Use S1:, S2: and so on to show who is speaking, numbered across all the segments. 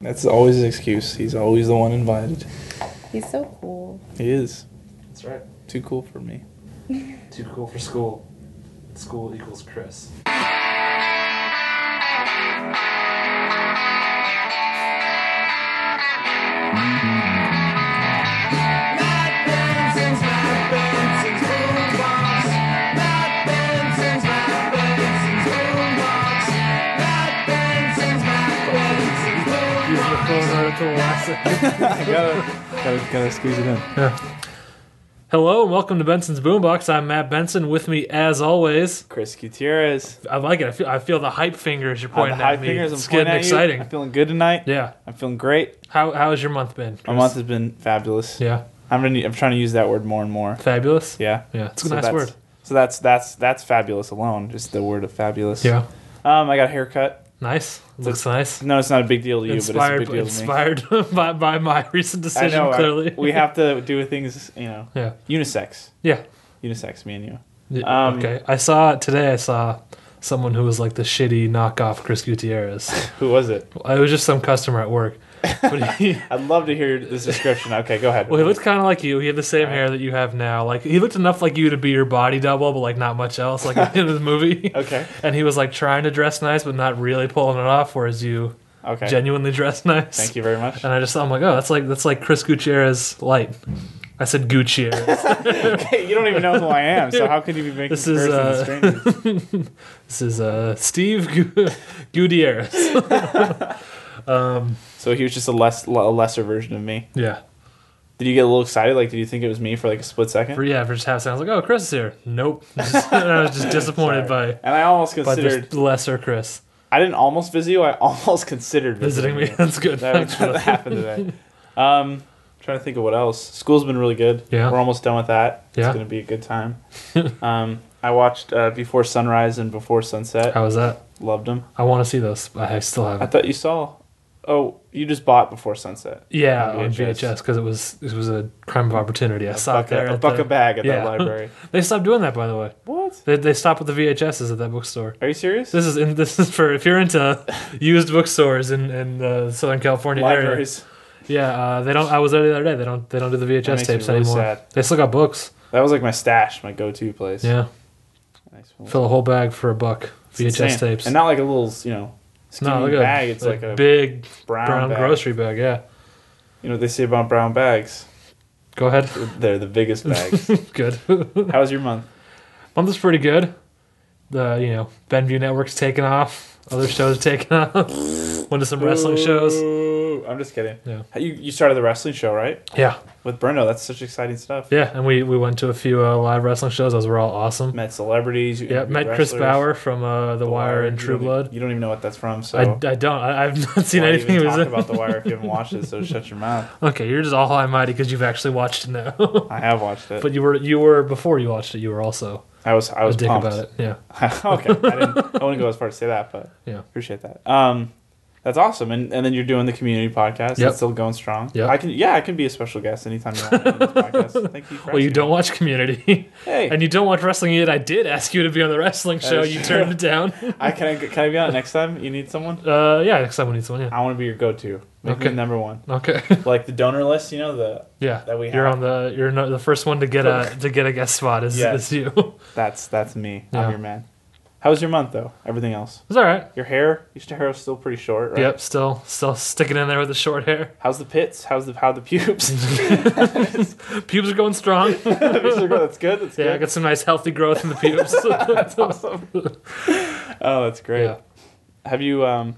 S1: That's always his excuse. He's always the one invited.
S2: He's so cool.
S1: He is.
S3: That's right.
S1: Too cool for me.
S3: Too cool for school. School equals Chris.
S1: gotta, gotta, gotta squeeze it in.
S4: Hello and welcome to Benson's Boombox. I'm Matt Benson. With me, as always,
S1: Chris Gutierrez.
S4: I like it. I feel, I feel the hype fingers you're pointing
S1: Uh, the high
S4: at me.
S1: fingers. I'm
S4: it's
S1: pointing
S4: getting
S1: at you.
S4: exciting.
S1: I'm feeling good tonight.
S4: Yeah.
S1: I'm feeling great.
S4: How how has your month been?
S1: My
S4: Chris?
S1: month has been fabulous.
S4: Yeah.
S1: I'm gonna, I'm trying to use that word more and more.
S4: Fabulous.
S1: Yeah.
S4: Yeah, it's a nice
S1: that's,
S4: word.
S1: So that's that's that's fabulous alone. Just the word of fabulous.
S4: Yeah.
S1: Um, I got a haircut.
S4: Nice. Looks nice.
S1: No, it's not a big deal to you,
S4: inspired
S1: but it's a big deal to me.
S4: inspired by, by my
S1: I
S4: recent decision.
S1: know. I-
S4: clearly.
S1: we have to do things. You know,
S4: Yeah.
S1: unisex.
S4: Yeah.
S1: Unisex. Me and you.
S4: Y-
S1: Um,
S4: okay. I saw today. I saw someone who was like the shitty knockoff Chris Gutierrez.
S1: Who was it?
S4: it was just some customer at work. But he,
S1: I'd love to hear this description. Okay, go ahead.
S4: Well, he looked kind of like you. He had the same
S1: Right.
S4: hair that you have now. Like he looked enough like you to be your body double, but like not much else. Like in the movie.
S1: Okay.
S4: And he was like trying to dress nice, but not really pulling it off. Whereas you
S1: Okay.
S4: genuinely dress nice.
S1: Thank you very much.
S4: And I just thought, I'm like, oh, that's like that's like Chris Gutierrez light. I said Gutierrez.
S1: Hey, you don't even know who I am, so how could you be making
S4: This is,
S1: comparisons to
S4: uh,
S1: strangers?
S4: this is uh Steve Gu- Gutierrez.
S1: So he was just a less a lesser version of me.
S4: yeah.
S1: Did you get a little excited? Like, did you think it was me for like a split second?
S4: For yeah, for just half a second, I was like, oh, Chris is here. Nope. and I was just disappointed
S1: Sorry.
S4: by
S1: And I almost
S4: by
S1: considered.
S4: this lesser Chris
S1: I didn't almost visit you. I almost considered
S4: visiting me.
S1: you.
S4: That's good.
S1: that was what happened today. Um, trying to think of what else. School's been really good.
S4: Yeah.
S1: We're almost done with that.
S4: Yeah.
S1: It's gonna be a good time. um, I watched uh, Before Sunrise and Before Sunset.
S4: How was that?
S1: Loved them.
S4: I want to see those. but I still
S1: I
S4: haven't.
S1: thought you saw. Oh, you just bought Before Sunset.
S4: Yeah,
S1: on
S4: on
S1: VHS.
S4: VHS because it was it was a crime of opportunity. I saw
S1: Buck
S4: it there.
S1: a, a
S4: at
S1: buck
S4: the-
S1: a bag at that
S4: yeah.
S1: library.
S4: They stopped doing that, by the way.
S1: what?
S4: They they stopped with the VHSs at that bookstore.
S1: Are you serious?
S4: This is in, this is for if you're into used bookstores in in the Southern California
S1: Libraries.
S4: area. Yeah, uh, they don't. I was there the other day. They don't they don't do the VHS
S1: makes me
S4: tapes
S1: really
S4: anymore.
S1: sad.
S4: They still got books.
S1: That was like my stash, my go-to place.
S4: Yeah,
S1: Nice.
S4: fill a whole bag for a buck.
S1: It's
S4: VHS
S1: insane.
S4: tapes.
S1: and not like a little, you know, skinny
S4: no, look at
S1: bag. It's like a
S4: big
S1: brown,
S4: brown,
S1: bag.
S4: grocery bag. Yeah,
S1: You know what they say about brown bags?
S4: go ahead.
S1: They're the biggest bags.
S4: Good.
S1: How was your month?
S4: Month was pretty good. The you know Benview Network's taken off. Other shows taken off. Went to some wrestling shows.
S1: Ooh, I'm just kidding.
S4: Yeah.
S1: How- You you started the wrestling show right
S4: Yeah,
S1: with Brendo. That's such exciting stuff.
S4: yeah, and we we went to a few uh, live wrestling shows. Those were all awesome.
S1: Met celebrities. you
S4: Yeah,
S1: interviewed
S4: met Chris
S1: wrestlers,
S4: Bauer from uh, The Wire and
S1: You
S4: True
S1: don't e-
S4: Blood.
S1: You don't even know what that's from, so
S4: I, I don't. I, I've not seen
S1: why
S4: anything.
S1: Even
S4: he was
S1: talk
S4: in.
S1: about the Wire if you haven't watched it. So shut your mouth.
S4: Okay, you're just all high and mighty because you've actually watched it now.
S1: I have watched it.
S4: but you were you were before you watched it. You were also
S1: I was I was
S4: a dick
S1: pumped.
S4: about it. Yeah,
S1: okay, I didn't. I wouldn't go as far to say that, but
S4: Yeah.
S1: appreciate that. Um, that's awesome. And and then you're doing the community podcast. It's
S4: Yep.
S1: still going strong.
S4: Yep.
S1: I can. Yeah, I can be a special guest anytime you want. on this podcast. Thank you. For
S4: well, you
S1: asking
S4: don't
S1: me.
S4: watch Community,
S1: Hey,
S4: and you don't watch wrestling yet. I did ask you to be on the wrestling
S1: That
S4: show.
S1: is
S4: You
S1: true.
S4: turned it down.
S1: I can. I, can I be on it next time? You need someone.
S4: Uh, yeah, next time we need someone. Yeah.
S1: I want to be your go-to. Make
S4: Okay.
S1: me number one.
S4: Okay.
S1: Like the donor list. You know the.
S4: Yeah.
S1: That we
S4: you're
S1: have.
S4: on the you're no, the first one to get a to get a guest spot is,
S1: Yes.
S4: is you. It
S1: That's that's me.
S4: Yeah.
S1: I'm your man. How was your month though? Everything else.
S4: was all right.
S1: Your hair. Your hair was still pretty short, right?
S4: Yep. Still still sticking in there with the short hair.
S1: How's the pits? How's the how the pubes?
S4: Pubes are going strong.
S1: that's good. That's
S4: yeah, I
S1: good.
S4: got some nice healthy growth in the pubes.
S1: Oh, that's great.
S4: yeah.
S1: Have you? Um,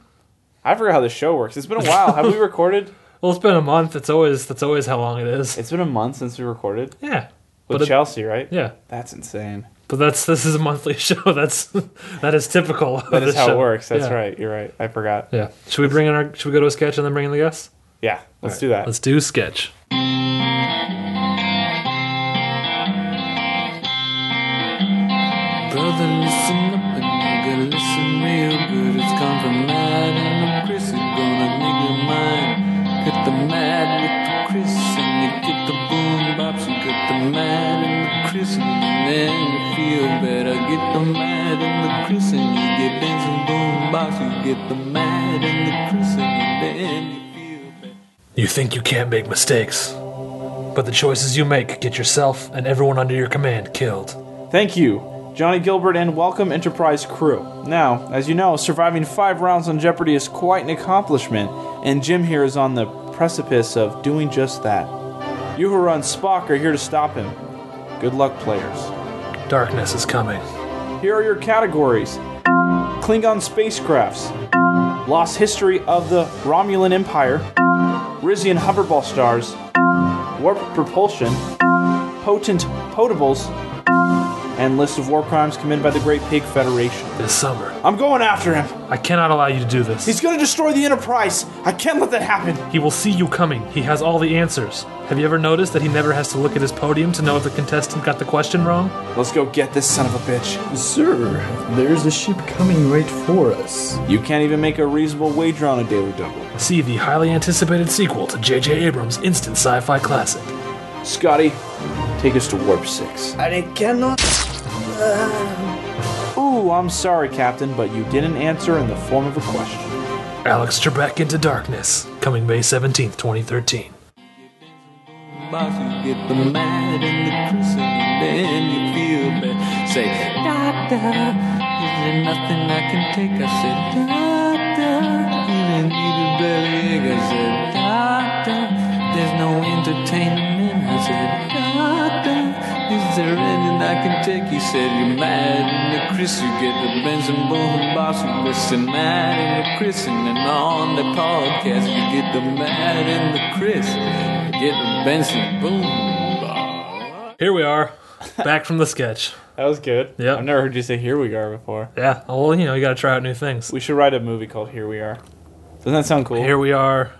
S1: I forgot how the show works. It's been a while. Have we recorded?
S4: Well, it's been a month. It's always that's always how long it is.
S1: It's been a month since we recorded
S4: yeah.
S1: with
S4: But it-
S1: Chelsea, right?
S4: Yeah.
S1: That's insane.
S4: But that's this is a monthly show. That's that is typical. of
S1: That is
S4: this
S1: how
S4: show.
S1: it works. That's
S4: Yeah.
S1: right. You're right. I forgot.
S4: Yeah. Should we bring in our? Should we go to a sketch and then bring in the guests?
S1: Yeah. Let's
S4: All
S1: do
S4: right,
S1: that.
S4: Let's do sketch.
S5: Brother, listen up and nigga, listen real good. It's come from Matt and I'm Chris. You're gonna nigga mine. Cut the mad with the Chris and you get the boom bops. You cut the mad and the Chris and then you feel better. Get the mad and the Chris and you get dancing boom bops. You get the mad and the Chris and then you feel
S4: You think you can't make mistakes, but the choices you make get yourself and everyone under your command killed.
S1: Thank you, Johnny Gilbert, and welcome Enterprise crew. Now, as you know, surviving five rounds on Jeopardy is quite an accomplishment, and Jim here is on the precipice of doing just that. You who run Spock are here to stop him. Good luck, players.
S4: Darkness is coming.
S1: Here are your categories Klingon spacecrafts, lost history of the Romulan Empire, Rizian hoverball stars, warp propulsion, potent potables, and list of war crimes committed by the Great Pig Federation.
S4: This summer.
S1: I'm going after him.
S4: I cannot allow you to do this.
S1: He's going to destroy the Enterprise. I can't let that happen.
S4: He will see you coming. He has all the answers. Have you ever noticed that he never has to look at his podium to know if the contestant got the question wrong?
S1: Let's go get this son of a bitch.
S6: Sir, there's a ship coming right for us.
S1: You can't even make a reasonable wager on a daily double.
S4: See the highly anticipated sequel to J.J. Abrams' instant sci fi classic.
S1: Scotty, take us to warp six.
S6: I cannot. um,
S1: Ooh, I'm sorry, Captain, but you didn't answer in the form of a question.
S4: Alex Trebek Into Darkness, coming May 17th, 2013.
S5: box, you get the mad and the Chris, and then you feel bad. Say, Doctor, is there nothing I can take? I said, Doctor, even need a bellyache. I said, Doctor, there's no entertainment. I said, Doctor, is there anything I can take? He said, You're mad and the Chris, you get the Benson Boom box, you listen mad and the Chris, and then on the podcast, you get the mad and the Chris. Get the Benson boom.
S4: Here we are, back from the sketch.
S1: That was good.
S4: Yeah.
S1: I've never heard you say "Here we are" before.
S4: Yeah, well, you know, you gotta try out new things.
S1: We should write a movie called "Here We Are." Doesn't that sound cool?
S4: Here we are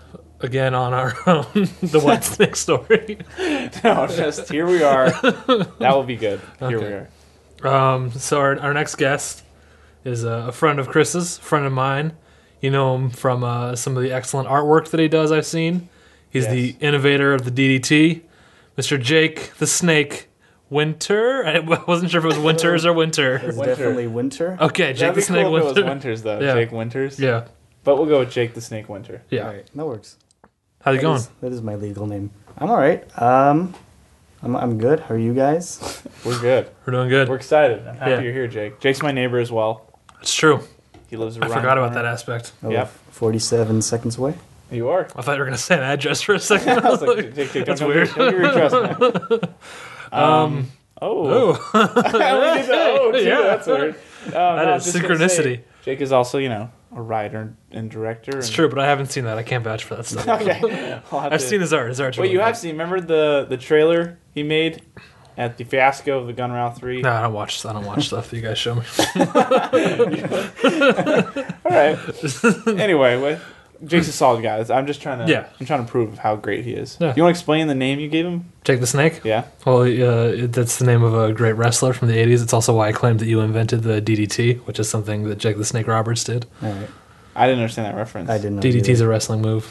S4: again on our own, the What's Next story.
S1: no, just "Here We Are." that will be good. Here we
S4: Okay.
S1: are.
S4: Um, so our, our next guest is a, a friend of Chris's, friend of mine. You know him from uh, some of the excellent artwork that he does. I've seen. He's the
S1: Yes.
S4: innovator of the DDT, Mr. Jake the Snake Winter. I wasn't sure if it was Winters or Winter. Oh,
S6: It's
S1: Winter.
S6: definitely winter.
S4: Okay, Jake
S1: That'd
S4: the
S1: be
S4: Snake
S1: cool if it
S4: Winter.
S1: was Winters though.
S4: Yeah.
S1: Jake Winters.
S4: Yeah,
S1: But we'll go with Jake the Snake Winter.
S4: yeah.
S6: All right, that works.
S4: How's it
S6: That
S4: going?
S6: is- that is my legal name. I'm all right. Um, I'm, I'm good. How are you guys?
S1: We're good.
S4: We're doing good.
S1: We're excited. I'm happy
S4: Yeah.
S1: you're here, Jake. Jake's my neighbor as well.
S4: It's true.
S1: He lives.
S4: I forgot about that Oh. aspect.
S6: Oh,
S1: Yep.
S6: 47 seconds away.
S1: You are.
S4: I thought you were gonna say an address for a second.
S1: I was like, Jake, Jake, don't,
S4: That's
S1: don't,
S4: weird.
S1: Give, don't give your address, man. Um. Oh.
S4: oh,
S1: we did the O, too.
S4: Yeah.
S1: That's weird. Um,
S4: That
S1: no, I
S4: is
S1: was just gonna
S4: synchronicity.
S1: say, Jake is also, you know, a writer and director.
S4: it's true, but I haven't seen that. I can't vouch for that stuff.
S1: Okay. I'll have
S4: I've
S1: to-
S4: seen his art. His art's
S1: Wait,
S4: really
S1: you
S4: good.
S1: have seen? Remember the the trailer he made at the fiasco of the Gun Round Three?
S4: No, I don't watch. I don't watch stuff that you guys show me.
S1: All right. anyway, with, Jake's a solid guy. I'm just trying to.
S4: Yeah.
S1: I'm trying to prove how great he is.
S4: Yeah.
S1: You want to explain the name you gave him?
S4: Jake the Snake.
S1: Yeah.
S4: Well, uh, it, that's the name of a great wrestler from the '80s. It's also why I claimed that you invented the DDT, which is something that Jake the Snake Roberts did.
S6: All right.
S1: I didn't understand that reference.
S6: I didn't know.
S4: DDT's a wrestling move.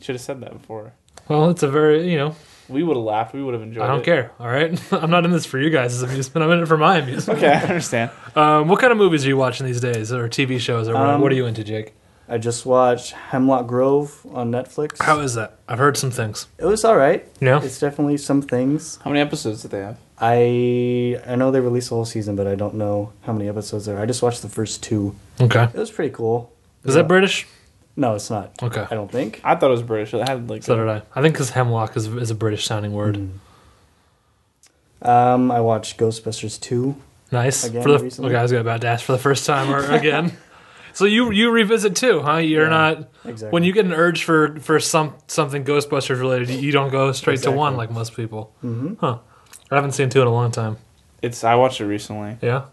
S1: Should have said that before.
S4: Well, it's a very you know.
S1: We would have laughed. We would have enjoyed.
S4: I don't
S1: it.
S4: care. All right, I'm not in this for you guys' amusement. I'm in it for my amusement.
S1: Okay, I understand.
S4: Um, what kind of movies are you watching these days, or TV shows, or what-
S6: Um,
S4: what are you into, Jake?
S6: I just watched Hemlock Grove on Netflix.
S4: How is that? I've heard some things.
S6: it was all right.
S4: Yeah.
S6: It's definitely some things.
S1: How many episodes did they have?
S6: I I know they released the whole season, but I don't know how many episodes there. are. I just watched the first two.
S4: Okay.
S6: It was pretty cool.
S4: Is
S6: Yeah.
S4: that British?
S6: No, it's not.
S4: Okay.
S6: I don't think.
S1: I thought it was British. It had like
S4: So did I. I think because hemlock is, is a British sounding word.
S6: Um, I watched Ghostbusters two.
S4: Nice.
S6: again
S4: for the,
S6: recently.
S4: Okay, I was about to ask for the first time or again. so you you revisit too, huh? You're not
S6: Exactly.
S4: when you get an urge for for some something Ghostbusters related, you don't go straight to one
S6: Exactly.
S4: like most people,
S6: Mm-hmm.
S4: huh? I haven't seen two in a long time.
S1: it's. I watched it recently.
S4: Yeah,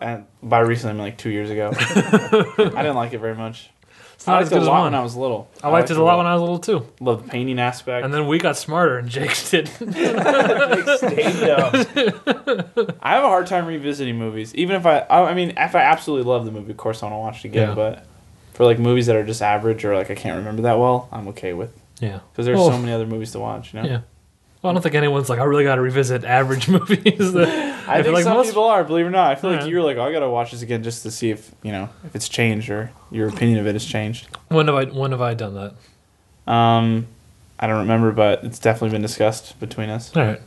S1: And by recently, I mean like two years ago. I didn't like it very much.
S4: it's
S1: I
S4: not
S1: liked
S4: as good
S1: it
S4: as
S1: a lot
S4: one.
S1: when I was little.
S4: I liked it a lot when I was little too.
S1: Love the painting aspect.
S4: And then we got smarter, and Jake didn't.
S1: I have a hard time revisiting movies, even if I. I I mean, if I absolutely love the movie, of course I want to watch it again.
S4: Yeah.
S1: But for like movies that are just average or like I can't remember that well, I'm okay with
S4: Yeah.
S1: because there's
S4: Well,
S1: so many other movies to watch. You know,
S4: Oh, Yeah. Well, I don't think anyone's like, I really got to revisit average movies. That,
S1: I,
S4: feel
S1: think
S4: like
S1: some
S4: most-
S1: people are. Believe it or not, I feel like
S4: Yeah.
S1: you're like oh, I gotta watch this again just to see if you know if it's changed or your opinion of it has changed.
S4: when have I when have I done that?
S1: Um, I don't remember, but it's definitely been discussed between us.
S4: All right.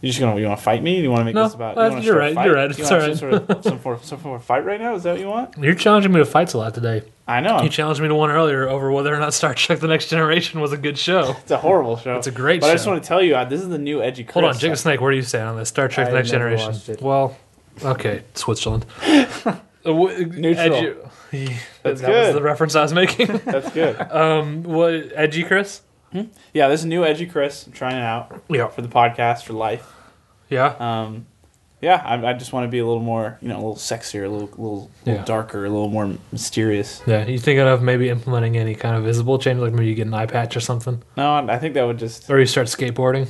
S1: You just gonna you want to fight me? You want to make
S4: No,
S1: this about?
S4: uh,
S1: you wanna
S4: you're
S1: start a
S4: right,
S1: fight?
S4: you're right,
S1: You
S4: it's
S1: wanna
S4: all
S1: Some sort of some for, some sort of fight right now? Is that what you want?
S4: You're challenging me to fights a lot today.
S1: I know.
S4: You challenged me to one earlier over whether or not Star Trek The Next Generation was a good show.
S1: It's a horrible show.
S4: It's a great
S1: but I just
S4: show.
S1: want to tell you, uh, this is the new edgy.
S4: Hold on,
S1: Chris.
S4: Jake the Snake, where do you stand on this? Star Trek The
S6: I
S4: Next
S6: never
S4: Generation.
S6: watched it.
S4: Well, okay, Switzerland. Neutral.
S1: That's
S4: that was
S1: good.
S4: the reference I was making.
S1: That's good.
S4: um, what edgy, Chris?
S1: Yeah, there's a new edgy Chris. I'm trying it out
S4: Yeah,
S1: for the podcast for life.
S4: yeah.
S1: Um, yeah, I, I just want to be a little more, you know, a little sexier, a little, little,
S4: Yeah.
S1: little darker, a little more mysterious.
S4: Yeah, you thinking of maybe implementing any kind of visible change, like maybe you get an eye patch or something,
S1: No, I I think that would just.
S4: or you start skateboarding.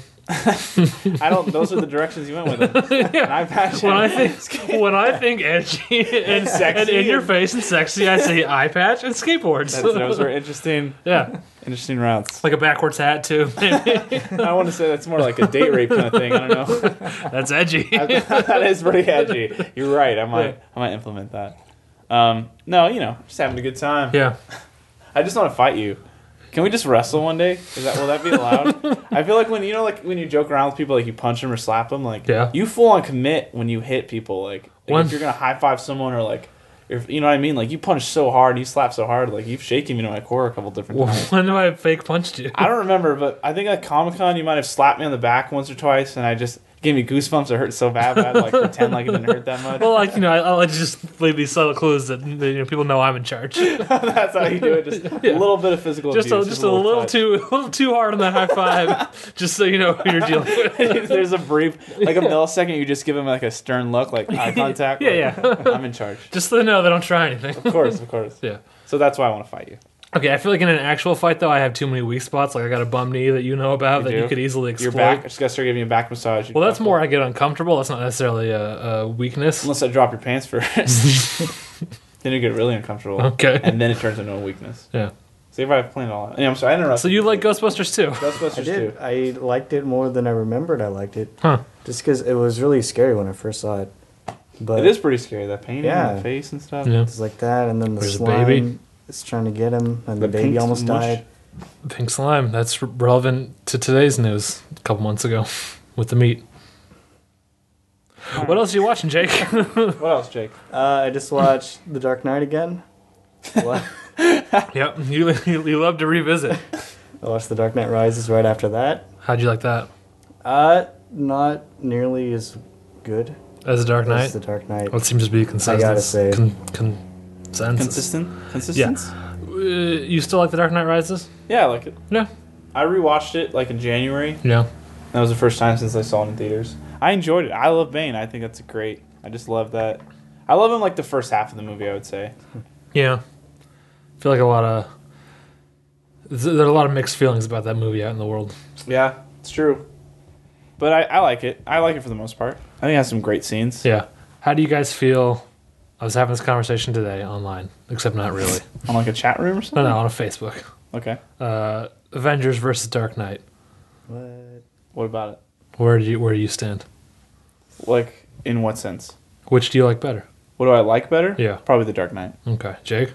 S1: I don't. Those are the directions you went with. Them. And I've had
S4: When I think when I think edgy and,
S1: sexy
S4: and in your
S1: and-
S4: face and sexy, I say eye patch and skateboards.
S1: That's, those are interesting,
S4: yeah,
S1: interesting routes.
S4: like a backwards hat too. Maybe.
S1: I want to say that's more like a date rape kind of thing. I don't know.
S4: That's edgy.
S1: that is pretty edgy. You're right. I might, I might implement that. Um, no, you know, just having a good time.
S4: yeah,
S1: I just want to fight you. Can we just wrestle one day? Is that will that be allowed? I feel like when you know, like when you joke around with people, like you punch them or slap them, like
S4: Yeah.
S1: you full on commit when you hit people. Like, like,
S4: One-
S1: if you're gonna high five someone or like, if you know what I mean, like you punch so hard, you slap so hard, like you've shaken me to my core a couple different times.
S4: when do I fake punched you?
S1: I don't remember, but I think at Comic Con you might have slapped me on the back once or twice, and I just it gave me goosebumps. It hurt so bad, but I had to, like pretend like it didn't hurt that much.
S4: Well, like you know, I, I like to just leave these subtle clues that, that, you know people know I'm in charge. Just
S1: That's how you do it. Just a little bit of physical
S4: a,
S1: abuse,
S4: just a little
S1: touch.
S4: too, a little too hard on that high five, just so you know who you're dealing with.
S1: There's a brief, like a millisecond, you just give him like a stern look, like eye contact.
S4: Yeah,
S1: like, I'm in charge.
S4: Just so they know they don't try anything.
S1: Of course, of course.
S4: Yeah.
S1: So that's why I want to fight you.
S4: Okay, I feel like in an actual fight though, I have too many weak spots. Like I got a bum knee that you know about
S1: You
S4: that
S1: do?
S4: you could easily
S1: Your
S4: exploit.
S1: back, I just gotta start giving you a back massage. You
S4: Well, that's
S1: drop-
S4: more I get uncomfortable. That's not necessarily a, a weakness.
S1: Unless I drop your pants first, then you get really uncomfortable.
S4: Okay.
S1: And then it turns into a weakness.
S4: Yeah.
S1: See if I planned all. Out. Yeah, I'm sorry, I interrupted.
S4: So you like Ghostbusters too?
S6: I
S1: Ghostbusters
S6: did.
S1: too?
S6: I liked it more than I remembered. I liked it
S4: Huh.
S6: just because it was really scary when I first saw it. But
S1: It is pretty scary. That pain in
S6: Yeah.
S1: the face and stuff.
S4: Yeah.
S6: It's like that, and then the
S4: There's a
S6: slime
S4: baby.
S6: is trying to get him, and
S1: The
S6: the,
S1: pink
S6: baby almost
S1: mush.
S6: died.
S4: Pink slime. That's re- relevant to today's news a couple months ago with the meat. What else are you watching, Jake?
S1: What else, Jake?
S6: Uh, I just watched The Dark Knight again. What?
S4: yep, you, you you love to revisit.
S6: I watched The Dark Knight Rises right after that.
S4: How'd you like that
S6: Uh, not nearly as good
S4: as a Dark
S6: as
S4: Knight?
S6: The Dark Knight.
S4: What seems to be consistent.
S6: gotta say.
S4: Con, consensus.
S1: Consistent, consistent. Yeah.
S4: Uh, you still like The Dark Knight Rises?
S1: yeah, I like it.
S4: Yeah.
S1: I rewatched it like in January.
S4: Yeah.
S1: That was the first time since I saw it in theaters. I enjoyed it. I love Bane. I think that's great. I just love that. I love him like the first half of the movie. I would say.
S4: Yeah. I feel like a lot of th- there are a lot of mixed feelings about that movie out in the world.
S1: Yeah, it's true. But I, I like it. I like it for the most part. I think it has some great scenes.
S4: Yeah. How do you guys feel? I was having this conversation today online, except not really.
S1: On like a chat room or
S4: no,
S1: something.
S4: no, on a Facebook.
S1: Okay.
S4: Uh, Avengers versus Dark Knight.
S6: What?
S1: What about it?
S4: Where do you where do you stand?
S1: Like in what sense?
S4: Which do you like better?
S1: What do I like better?
S4: Yeah.
S1: Probably The Dark Knight.
S4: Okay, Jake.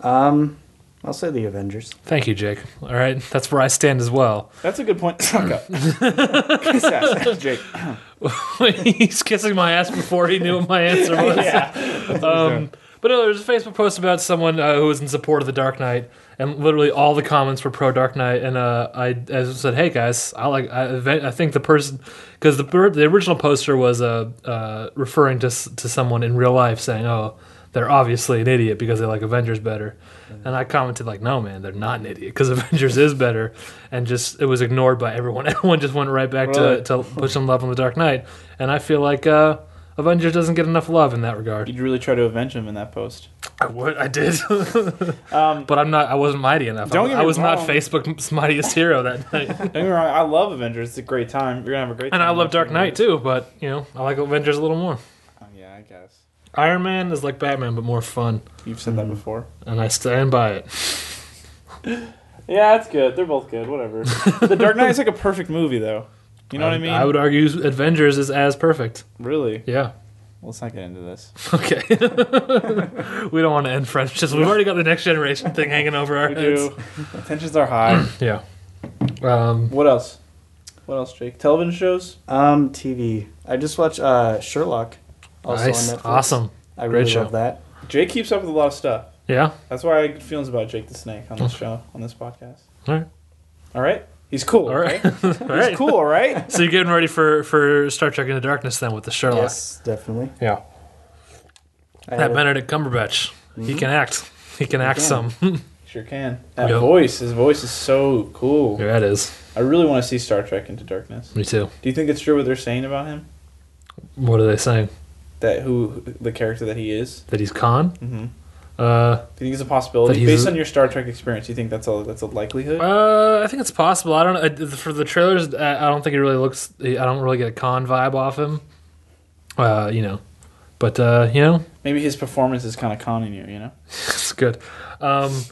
S6: Um, I'll say The Avengers.
S4: Thank you, Jake. All right, that's where I stand as well.
S1: That's a good point. Suck up. Kiss ass, Jake.
S4: He's kissing my ass before he knew what my answer was. Um, but no, there was a Facebook post about someone uh, who was in support of the Dark Knight, and literally all the comments were pro Dark Knight. And uh, I, I said, "Hey guys, I like. I, I think the person because the per- the original poster was uh, uh, referring to s- to someone in real life saying, oh." They're obviously an idiot because they like Avengers better, and I commented like, "No, man, they're not an idiot because Avengers is better," and just it was ignored by everyone. Everyone just went right back
S1: Really?
S4: to, to put some love on the Dark Knight, and I feel like uh, Avengers doesn't get enough love in that regard.
S1: You'd really try to avenge him in that post.
S4: I would. I did.
S1: Um,
S4: but I'm not. I wasn't mighty enough.
S1: Don't
S4: I,
S1: get
S4: I
S1: me
S4: was
S1: wrong.
S4: not Facebook's mightiest hero that night.
S1: Don't get me wrong. I love Avengers. It's a great time. You're gonna have a great time.
S4: and I love
S1: watching
S4: Dark Knight
S1: it.
S4: too, but you know, I like Avengers a little more.
S1: Oh, yeah, I guess.
S4: Iron Man is like Batman, but more fun,
S1: You've said
S4: Mm-hmm.
S1: that before.
S4: and I stand by it.
S1: Yeah, it's good. They're both good. Whatever. the Dark Knight is like a perfect movie, though. You know what I mean?
S4: I would argue Avengers is as perfect.
S1: really.
S4: Yeah.
S1: Let's not get into this.
S4: Okay. we don't want to end friendships. We've already got the next generation thing hanging over our
S1: We
S4: heads.
S1: do. Tensions are high.
S4: Yeah. Um,
S1: what else? What else, Jake? Television shows?
S6: Um, TV. I just watched uh, Sherlock. Also
S4: nice.
S6: on Netflix.
S4: Awesome.
S6: I
S4: Great
S6: really
S4: show.
S6: love that.
S1: Jake keeps up with a lot of stuff.
S4: Yeah.
S1: That's why I get feelings about Jake the Snake on this show, on this podcast.
S4: All right.
S1: All right? He's cool,
S4: All
S1: right?
S4: right. All right.
S1: He's cool, all right?
S4: So you're getting ready for, for Star Trek Into Darkness then with the Sherlock.
S6: Yes, definitely.
S4: Yeah.
S6: I had
S4: That
S6: a-
S4: Benedict Cumberbatch. He can act. He can act
S1: Mm-hmm. can.
S4: some.
S1: Sure can. That
S4: Yep.
S1: voice, his voice is so cool.
S4: yeah, it is.
S1: I really want to see Star Trek Into Darkness.
S4: Me too.
S1: Do you think it's true what they're saying about him?
S4: What are they saying?
S1: That who the character that he is?
S4: That he's con?
S1: Mm-hmm.
S4: Uh,
S1: Do you think it's a possibility
S4: That he's
S1: based
S4: a-
S1: on your Star Trek experience? You think that's a that's a likelihood?
S4: uh, I think it's possible. I don't know. For the trailers, I I don't think he really looks. I don't really get a con vibe off him. Uh, you know, but uh, you know,
S1: Maybe his performance is kind of conning you. You know.
S4: it's good. Um,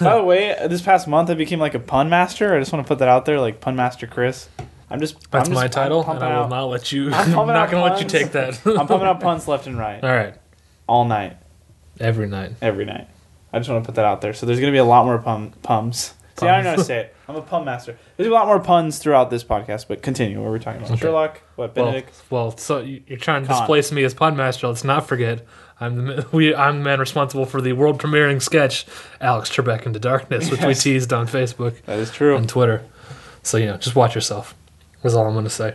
S1: By the way, this past month I became like a pun master. I just want to put that out there, like pun master Chris. I'm just
S4: that's
S1: I'm just-
S4: my
S1: I'm
S4: title, and
S1: pumping
S4: I will
S1: out-
S4: not let you.
S1: I'm
S4: I'm,
S1: pumping
S4: not
S1: out
S4: going to let you
S1: puns.
S4: take that.
S1: I'm pumping out puns left and right,
S4: All right,
S1: all night,
S4: every night.
S1: every night. I just want to put that out there. So there's gonna be a lot more pun pums. See, I don't know how to say it. I'm a pun master. There's a lot more puns throughout this podcast, but continue. What we're we talking about?
S4: Okay.
S1: Sherlock, what
S4: Well,
S1: Benedict?
S4: well, so you- you're trying to
S1: Con.
S4: displace me as pun master. Let's not forget, I'm the ma- we I'm the man responsible for the world premiering sketch, Alex Trebek into Darkness, which we teased on Facebook
S1: that is true.
S4: and Twitter. So you know, just watch yourself. Is all I'm going to say.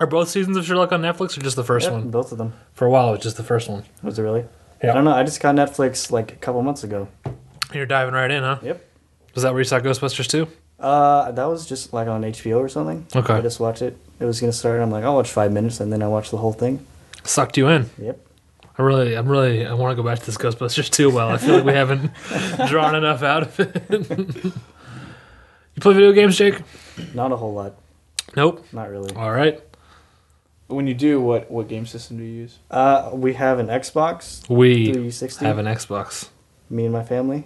S4: Are both seasons of Sherlock on Netflix or just the first
S6: Yep,
S4: one?
S6: both of them.
S4: For a while, it was just the first one.
S6: Was it really?
S4: Yeah.
S6: I don't know. I just got Netflix like a couple months ago.
S4: You're diving right in, huh?
S6: Yep.
S4: Was that where you saw Ghostbusters too?
S6: Uh, that was just like on HBO or something.
S4: Okay.
S6: I just watched it. It was gonna start. and I'm like, I'll watch five minutes, and then I watched the whole thing.
S4: Sucked you in.
S6: Yep.
S4: I really, I'm really, I want to go back to this Ghostbusters too. Well, I feel like we haven't drawn enough out of it. you play video games, Jake?
S6: Not a whole lot.
S4: Nope.
S6: Not really.
S4: All right.
S1: when you do, what what game system do you use?
S6: Uh, we have an Xbox
S4: We
S6: 360.
S4: have an Xbox.
S6: Me and my family.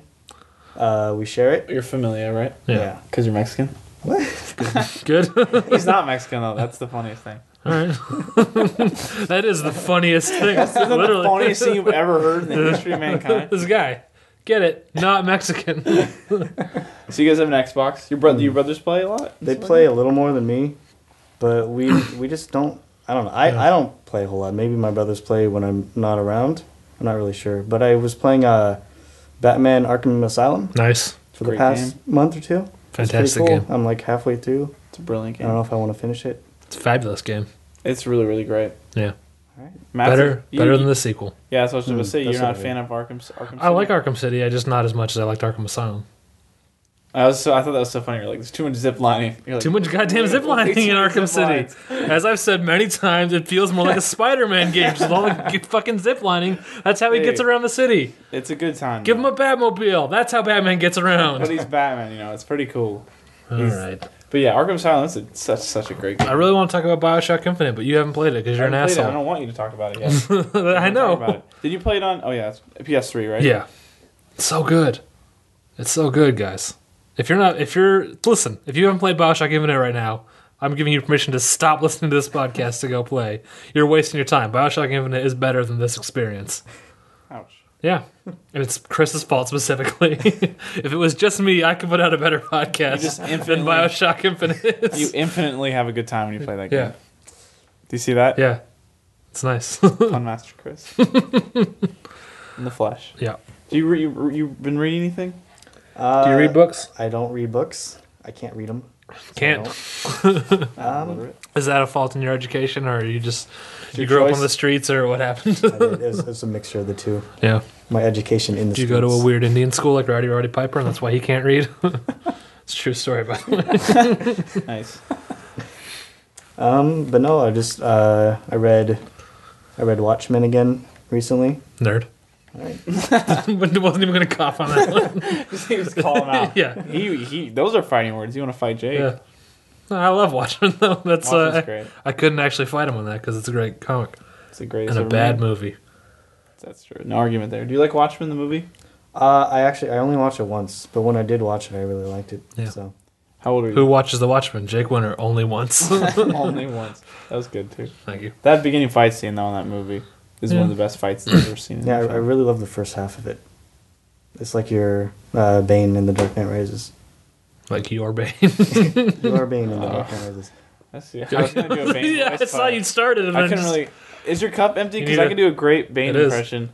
S6: Uh, we share it.
S1: You're familiar, right?
S4: Yeah.
S1: Because you're Mexican.
S4: Good. All
S1: He's not Mexican though. That's the funniest thing.
S4: right. that is the funniest thing.
S1: Isn't that the
S4: Literally.
S1: funniest thing you've ever heard in the history of mankind?
S4: this guy. Get it? Not Mexican.
S1: So you guys have an Xbox. Your brother, your brothers play a lot.
S6: They play a little more than me, but we we just don't. I don't know. I, I don't play a whole lot. Maybe my brothers play when I'm not around. I'm not really sure. But I was playing uh, Batman Arkham Asylum
S4: nice.
S6: for the
S1: Great
S6: past month or two. It's pretty
S4: Fantastic
S6: cool.
S4: game.
S6: I'm like halfway through.
S1: It's a brilliant
S6: I don't know
S1: game.
S6: if I want to finish it.
S4: It's a fabulous game.
S1: It's really, really great.
S4: Yeah.
S6: All right.
S1: Matt's
S4: better
S1: a-
S4: better
S1: you-
S4: than the sequel.
S1: Yeah, that's what I was gonna
S6: Hmm,
S1: say. You're
S6: that's
S1: not a
S6: what I
S1: fan of Arkham. Arkham
S4: I like
S1: City?
S4: Arkham City. I just not as much as I liked Arkham Asylum.
S1: I was so I thought that was so funny. You're like, there's too much zip lining. You're like,
S4: Too much goddamn zip lining in Arkham City. As I've said many times, it feels more like a Spider-Man game with all the g- fucking zip lining. That's how he
S1: Hey.
S4: gets around the city.
S1: It's a good time.
S4: Give him
S1: though.
S4: a Batmobile. That's how Batman gets around.
S1: But he's Batman. You know, it's pretty cool.
S4: All right.
S1: But yeah, Arkham Asylum is a, such such a great game.
S4: I really want to talk about Bioshock Infinite, but you haven't played it because you're an
S1: haven't played it. I
S4: asshole.
S1: don't want you to talk about it yet. I
S4: I,
S1: don't wanna talk about
S4: know.
S1: it. Did you play it on? Oh yeah, it's PS3, right?
S4: Yeah. It's so good. It's so good, guys. If you're not, if you're, listen, if you haven't played Bioshock Infinite right now, I'm giving you permission to stop listening to this podcast to go play. You're wasting your time. Bioshock Infinite is better than this experience.
S1: Ouch.
S4: Yeah. And it's Chris's fault specifically. if it was just me, I could put out a better podcast
S1: You just
S4: than
S1: infinitely-
S4: Bioshock Infinite. is.
S1: You infinitely have a good time when you play that game.
S4: yeah.
S1: Do you see that?
S4: Yeah. It's nice.
S1: On Master Chris. In the flesh.
S4: yeah.
S1: Do you, re- you you been reading anything?
S6: Uh,
S4: Do you read books?
S6: I don't read books. I can't read them.
S4: Can't.
S6: Um,
S4: Is that a fault in your education, or you just you
S1: your
S4: grew up
S1: choice.
S4: on the streets, or what happened?
S6: I did- it, was, it was a mixture of the two.
S4: yeah.
S6: My education in the.
S4: Did you go to a
S6: streets.
S4: weird Indian school like Rowdy Roddy Piper, and that's why he can't read? it's a true story, by the way.
S1: Nice.
S6: Um, but no, I just uh, I read, I read Watchmen again recently.
S4: Nerd. but wasn't even gonna cough on that one.
S1: Just call him out.
S4: yeah.
S1: He, he, those are fighting words. You want to fight Jake?
S4: Yeah. No, I love Watchmen though. That's
S1: Watson's
S4: uh,
S1: great.
S4: I couldn't actually fight him on that because it's a great comic
S1: It's the greatest.
S4: and a
S1: ever
S4: bad
S1: made.
S4: movie.
S1: That's true. No argument there. Do you like Watchmen the movie?
S6: Uh, I actually I only watched it once, but when I did watch it, I really liked it.
S4: Yeah.
S6: So
S1: How old are you?
S4: Who watches The Watchmen? Jake Winter only once.
S1: Only once. That was good too.
S4: Thank you.
S1: That beginning fight scene though in that movie is
S4: Hmm.
S1: one of the best fights I've ever seen. in
S6: Yeah, I,
S1: a
S6: I
S1: film.
S6: really love the first half of it. It's like your uh, Bane in The Dark Knight Rises.
S4: Like your Bane.
S6: You are Bane in The Dark Knight Rises.
S1: That's, yeah, I was gonna do a Bane
S4: yeah, I
S1: voice,
S4: saw
S1: but
S4: you started. And
S1: I
S4: then
S1: couldn't
S4: just-
S1: really. Is your cup empty?
S4: You
S1: Because
S4: need
S1: I
S4: a-
S1: can do a great Bane
S4: It is.
S1: impression.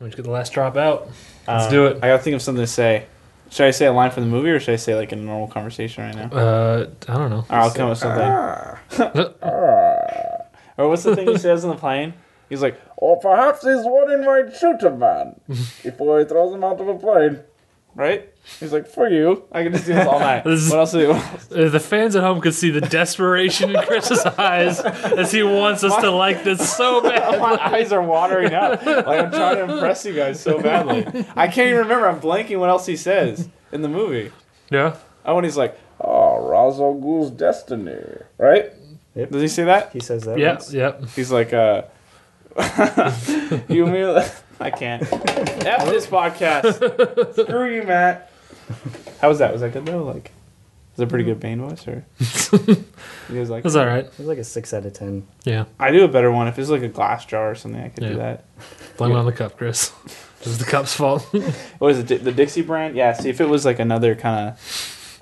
S4: Let me just get the last drop out. Let's
S1: Um,
S4: do it.
S1: I gotta think of something to say. Should I say a line from the movie or should I say like a normal conversation right now?
S4: Uh, I don't know.
S1: Or I'll come up with something.
S4: "Ah."
S1: or what's the thing he says on the plane? He's like, "Oh,
S7: Or perhaps he's one in my shooter man before he throws him out of a plane.
S1: right? He's like, for you. I can just do this all night.
S4: This is-
S1: what else do you
S4: Uh, The fans at home could see the desperation in Chris's eyes as he wants us to like this so bad.
S1: My eyes are watering up. Like I'm trying to impress you guys so badly. I can't even remember. I'm blanking what else he says in the movie.
S4: Yeah.
S1: Oh, when he's like,
S7: Ah,
S1: "Oh,
S7: Ra's al Ghul's destiny, right?
S1: does he say that?
S6: He says that.
S4: Yeah.
S6: once.
S4: Yep.
S1: He's like, uh, you mean I can't. F this podcast. Screw you, Matt. How was that? Was that good though? Like, was that a pretty good Bane voice or? You guys like?
S4: That's all right.
S6: It was like a six out of ten.
S4: Yeah.
S1: I do a better one. If it's like a glass jar or something, I could do
S4: Yeah.
S1: that.
S4: Blame it on the cup, Chris. This is the cup's fault. if
S1: What is it? Di- The Dixie brand? Yeah. See, if it was like another kind of,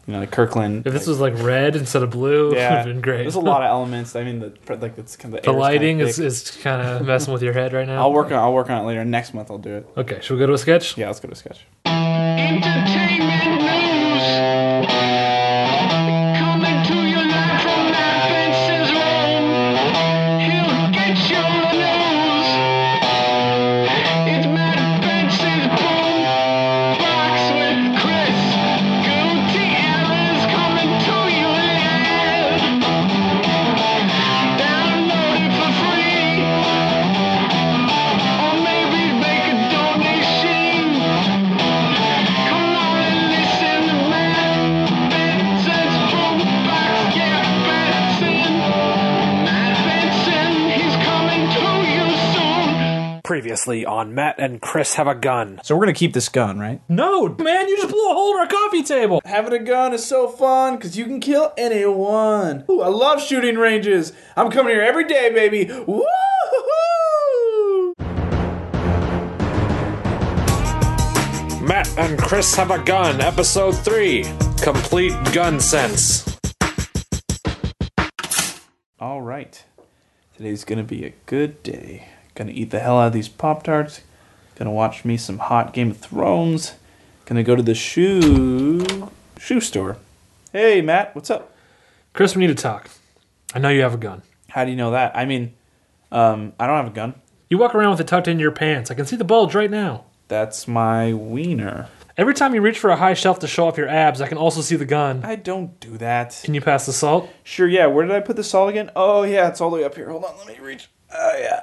S1: you know, like Kirkland. like-
S4: this was like red instead of blue, it would
S1: yeah,
S4: have been great.
S1: There's a lot of elements. I mean, the like it's kind of
S4: The lighting is,
S1: Is,
S4: is kind of messing with your head right now.
S1: I'll work on. I'll work on it later. Next month, I'll do it.
S4: Okay, should we go to a sketch?
S1: Yeah, let's go to sketch.
S8: Entertainment news coming to your life from that fence's room. He'll get your news. It's Matt Fence's boom box with Chris Gutierrez coming to you live. Download it for free, or maybe make a donation. Come on and listen to Matt Benson's boombox. Yeah, Benson. Matt Benson, he's coming to you soon.
S9: Previously on Matt and Chris Have a Gun.
S1: So we're gonna keep this gun, right?
S4: No, man, you just blew a hole in our coffee table.
S1: Having a gun is so fun because you can kill anyone. Ooh, I love shooting ranges. I'm coming here every day, baby. Woo!
S9: Matt and Chris Have a Gun, Episode 3 Complete Gun Sense.
S1: All right, today's gonna be a good day. Gonna eat the hell out of these pop tarts. Gonna watch me some hot Game of Thrones. Gonna go to the shoe shoe store. Hey, Matt, what's up?
S4: Chris, we need to talk. I know you have a gun.
S1: How do you know that? I mean, um, I don't have a gun.
S4: You walk around with it tucked into your pants. I can see the bulge right now.
S1: That's my wiener.
S4: Every time you reach for a high shelf to show off your abs, I can also see the gun.
S1: I don't do that.
S4: Can you pass the salt?
S1: Sure, yeah. Where did I put the salt again? Oh, yeah, it's all the way up here. Hold on, let me reach. Oh, yeah.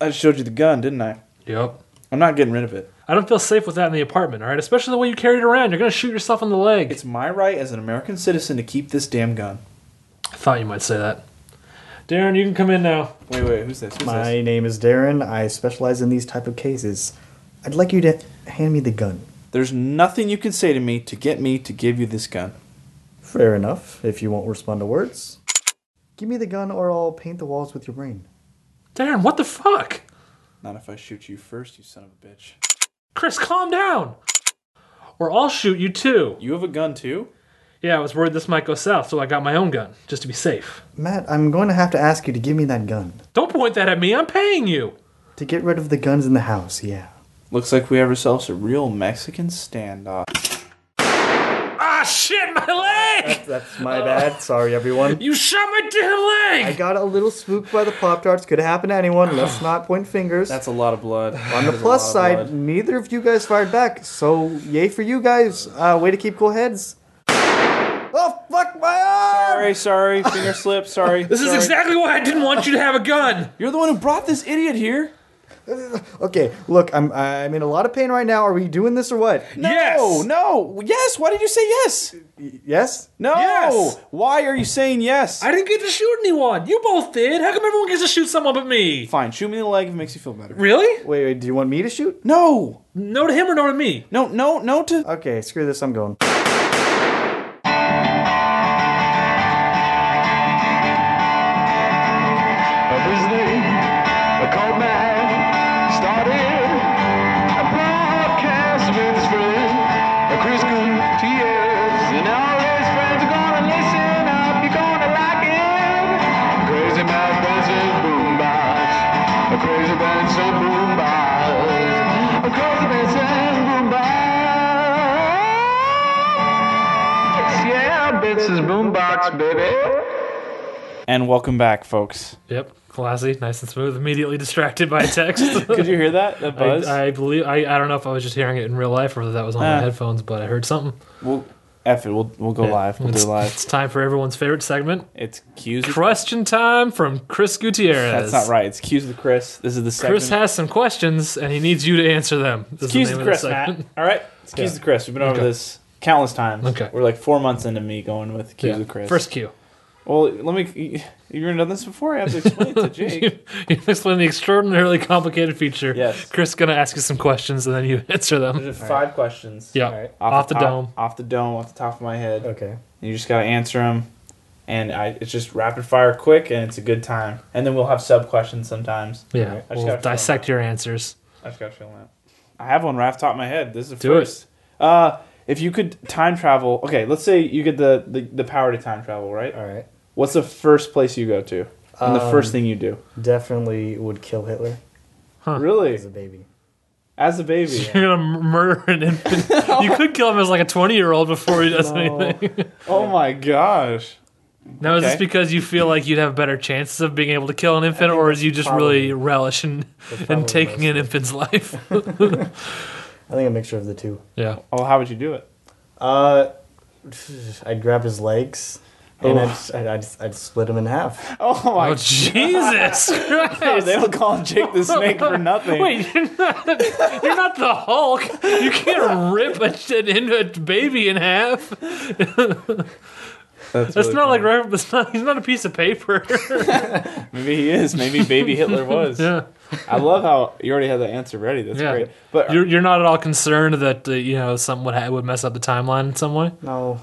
S1: I showed you the gun, didn't I?
S4: Yep.
S1: I'm not getting rid of it.
S4: I don't feel safe with that in the apartment, all right? Especially the way you carry it around. You're going to shoot yourself in the leg.
S1: It's my right as an American citizen to keep this damn gun.
S4: I thought you might say that. Darren, you can come in now.
S1: Wait, wait, who's this? Who's this?
S6: My name is Darren. I specialize in these type of cases. I'd like you to hand me the gun.
S1: There's nothing you can say to me to get me to give you this gun.
S6: Fair enough. If you won't respond to words, give me the gun, or I'll paint the walls with your brain.
S4: Darren, what the fuck?
S1: Not if I shoot you first, you son of a bitch.
S4: Chris, calm down. Or I'll shoot you too.
S1: You have a gun too?
S4: Yeah, I was worried this might go south, so I got my own gun, just to be safe.
S6: Matt, I'm going to have to ask you to give me that gun
S4: Don't point that at me, I'm paying you.
S6: to get rid of the guns in the house. Yeah.
S1: Looks like we have ourselves a real Mexican standoff.
S4: Ah, shit, my leg!
S6: That's my bad. Sorry, everyone.
S4: You shot my damn
S6: I
S4: leg!
S6: got a little spooked by the Pop Tarts. Could happen to anyone. Let's not point fingers.
S1: That's a lot of blood.
S6: On the plus side, neither of you guys fired back, so yay for you guys. Uh, way to keep cool heads. Oh, fuck my arm!
S1: Sorry, sorry, finger slip, sorry.
S4: This is exactly why I didn't want you to have a gun.
S1: You're the one who brought this idiot here.
S6: Okay, look, I'm I'm in a lot of pain right now. Are we doing this or what?
S1: No,
S4: Yes.
S1: no, Oh, yes. Why did you say yes?
S6: Yes?
S1: No.
S4: Yes.
S1: Why are you saying yes?
S4: I didn't get to shoot anyone. You both did. How come everyone gets to shoot someone but me?
S1: Fine. Shoot me in the leg if it makes you feel better.
S4: Really?
S6: Wait, wait, do you want me to shoot?
S1: No.
S4: No to him or no to me?
S1: No. No. No. To
S6: Okay, screw this, I'm going.
S8: Bits' boombox, baby.
S1: And welcome back, folks.
S4: Yep, classy, nice and smooth. Immediately distracted by a text.
S1: Did you hear that? That buzz?
S4: I, I believe I, I don't know if I was just hearing it in real life or whether that was on
S1: Ah.
S4: my headphones, but I heard something.
S1: we'll, F it. We'll, we'll go live. We'll
S4: it's,
S1: do live.
S4: it's time for everyone's favorite segment.
S1: It's Q's.
S4: Question time from Chris Gutierrez.
S1: That's not right. It's Q's with Chris. This is the segment.
S4: Chris has some questions and he needs you to answer them. This is the
S1: Excuse
S4: name
S1: the
S4: of this
S1: Chris, Matt.
S4: segment.
S1: All right, excuse the Chris. We've been over
S4: Okay.
S1: this countless times.
S4: Okay.
S1: we're like four months into me going with cues
S4: Yeah.
S1: with Chris.
S4: First cue.
S1: well, let me. You've never done this before. I have to explain it to Jake.
S4: You explain the extraordinarily complicated feature.
S1: Yes.
S4: Chris gonna ask you some questions and then you answer them.
S1: There's five questions.
S4: Yeah.
S6: All right.
S4: Off, the
S1: top-
S4: dome.
S1: Off the dome. Off the top of my head.
S6: Okay.
S1: And you just gotta answer them, and I, it's just rapid fire, quick, and it's a good time. And then we'll have sub questions sometimes.
S4: Yeah.
S1: I just
S4: We'll
S1: gotta
S4: dissect your answers.
S1: I just gotta feel that. I have one right off the top of my head. This is the
S4: Do it.
S1: first. Uh, if you could time travel, okay, let's say you get the, the, the power to time travel, right?
S6: All right.
S1: What's the first place you go to? And the
S4: Um,
S1: first thing you do?
S6: Definitely would kill Hitler
S1: Really?
S6: as a baby.
S1: As a baby?
S4: You're gonna m- murder an infant. you could kill him as like a 20 year old before he does anything.
S1: oh my gosh.
S4: Now, is this
S1: Okay.
S4: because you feel like you'd have better chances of being able to kill an infant, or is you just really relish in, in
S6: probably
S4: taking an infant's life?
S6: I think a mixture of the two.
S4: yeah.
S1: Oh, how would you do it?
S6: Uh, I'd grab his legs and
S1: Oh.
S6: I'd, I'd, I'd, I'd split him in half.
S1: Oh my
S4: Oh, Jesus
S1: god. They
S4: Christ.
S1: don't call him Jake the Snake for nothing.
S4: Oh, Wait, you're not, you're not the Hulk. You can't rip a, an infant baby in half.
S1: that's,
S4: That's
S1: really
S4: not like
S1: funny.
S4: like that's not. He's not a piece of paper.
S1: Maybe he is. Maybe baby Hitler was.
S4: yeah.
S1: I love how you already had the answer ready. That's
S4: Yeah.
S1: great. But
S4: You're, you're not at all concerned that uh, you know something would ha- would mess up the timeline in some way.
S6: No. Nah.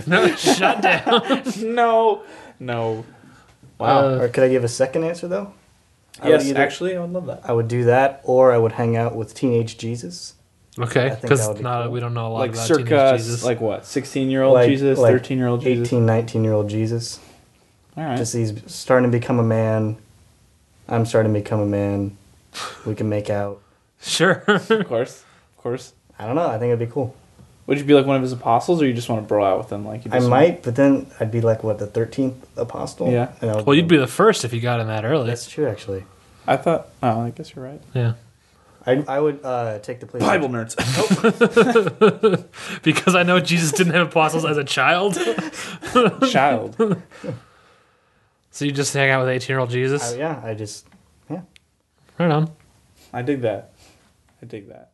S4: No, shut down.
S1: no, no.
S4: Wow.
S6: or could I give a second answer though? I would
S1: yes,
S6: either-
S1: actually, I would love that.
S6: I would do that, or I would hang out with teenage Jesus.
S4: okay,
S6: think that
S4: because
S6: would be
S4: not
S6: cool.
S4: we don't know a lot
S1: Like
S4: about
S1: circa,
S4: teenage Jesus.
S1: like what? Sixteen-year-old Jesus, thirteen-year-old Jesus.
S6: 18, 19 year old Jesus.
S1: All right.
S6: Just he's starting to become a man. I'm starting to become a man. We can make out.
S4: sure.
S1: Of course, of course.
S6: I don't know. I think it'd be cool.
S1: Would you be like one of his apostles, or you just want to bro out with him? Like you
S6: I
S1: just
S6: might, but then I'd be like what the thirteenth apostle.
S1: Yeah.
S6: And I would
S4: well, you'd be the first if you got in that early.
S6: That's true, actually.
S1: I thought. Oh, I guess you're right.
S4: yeah,
S6: I I would uh, take the place.
S1: Bible nerds.
S4: because I know Jesus didn't have apostles as a child,
S1: Oh, child.
S4: so you just hang out with eighteen-year-old Jesus.
S6: I- yeah, I just yeah.
S4: Right on.
S1: I dig that. I dig that.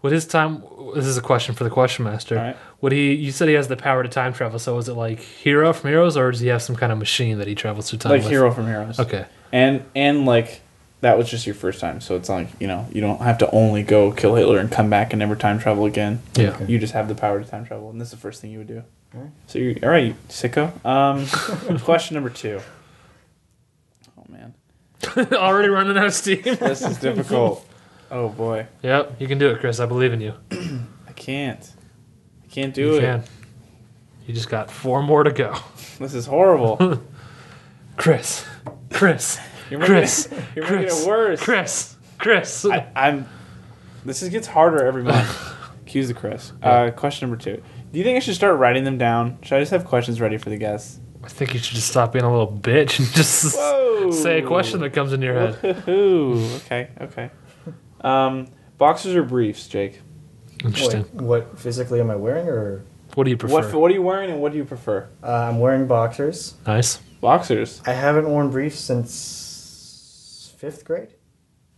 S4: Would his time? This is a question for the question master.
S1: All right.
S4: Would he? You said he has the power to time travel. So is it like Hero from Heroes, or does he have some kind of machine that he travels through time
S1: Like
S4: with?
S1: hero from heroes.
S4: Okay.
S1: And and like that was just your first time, so it's like you know you don't have to only go kill Hitler and come back and never time travel again.
S4: Yeah.
S1: You just have the power to time travel, and this is the first thing you would do.
S6: Alright.
S1: So you're all right, you sicko. Um, question number two. Oh man,
S4: Already running out of steam.
S1: this is difficult. Oh boy,
S4: yep, you can do it, Chris. I believe in you.
S1: I can't. I can't do
S4: you
S1: it.
S4: can. You just got four more to go.
S1: This is horrible.
S4: Chris. Chris.
S1: You're making
S4: Chris.
S1: it, you're making
S4: Chris.
S1: it worse.
S4: Chris. Chris.
S1: I, I'm. This is, gets harder every month. Cues the Chris. Uh, question number two. Do you think I should start writing them down? Should I just have questions ready for the guests?
S4: I think you should just stop being a little bitch and just s-
S1: Whoa.
S4: say a question that comes into your head.
S1: Ooh, okay, okay. Um, boxers or briefs, Jake?
S4: Interesting.
S6: Wait, what physically am I wearing? Or
S4: What do you prefer?
S1: What what are you wearing and what do you prefer?
S6: uh, I'm wearing boxers.
S4: nice.
S1: Boxers.
S6: I haven't worn briefs since fifth grade,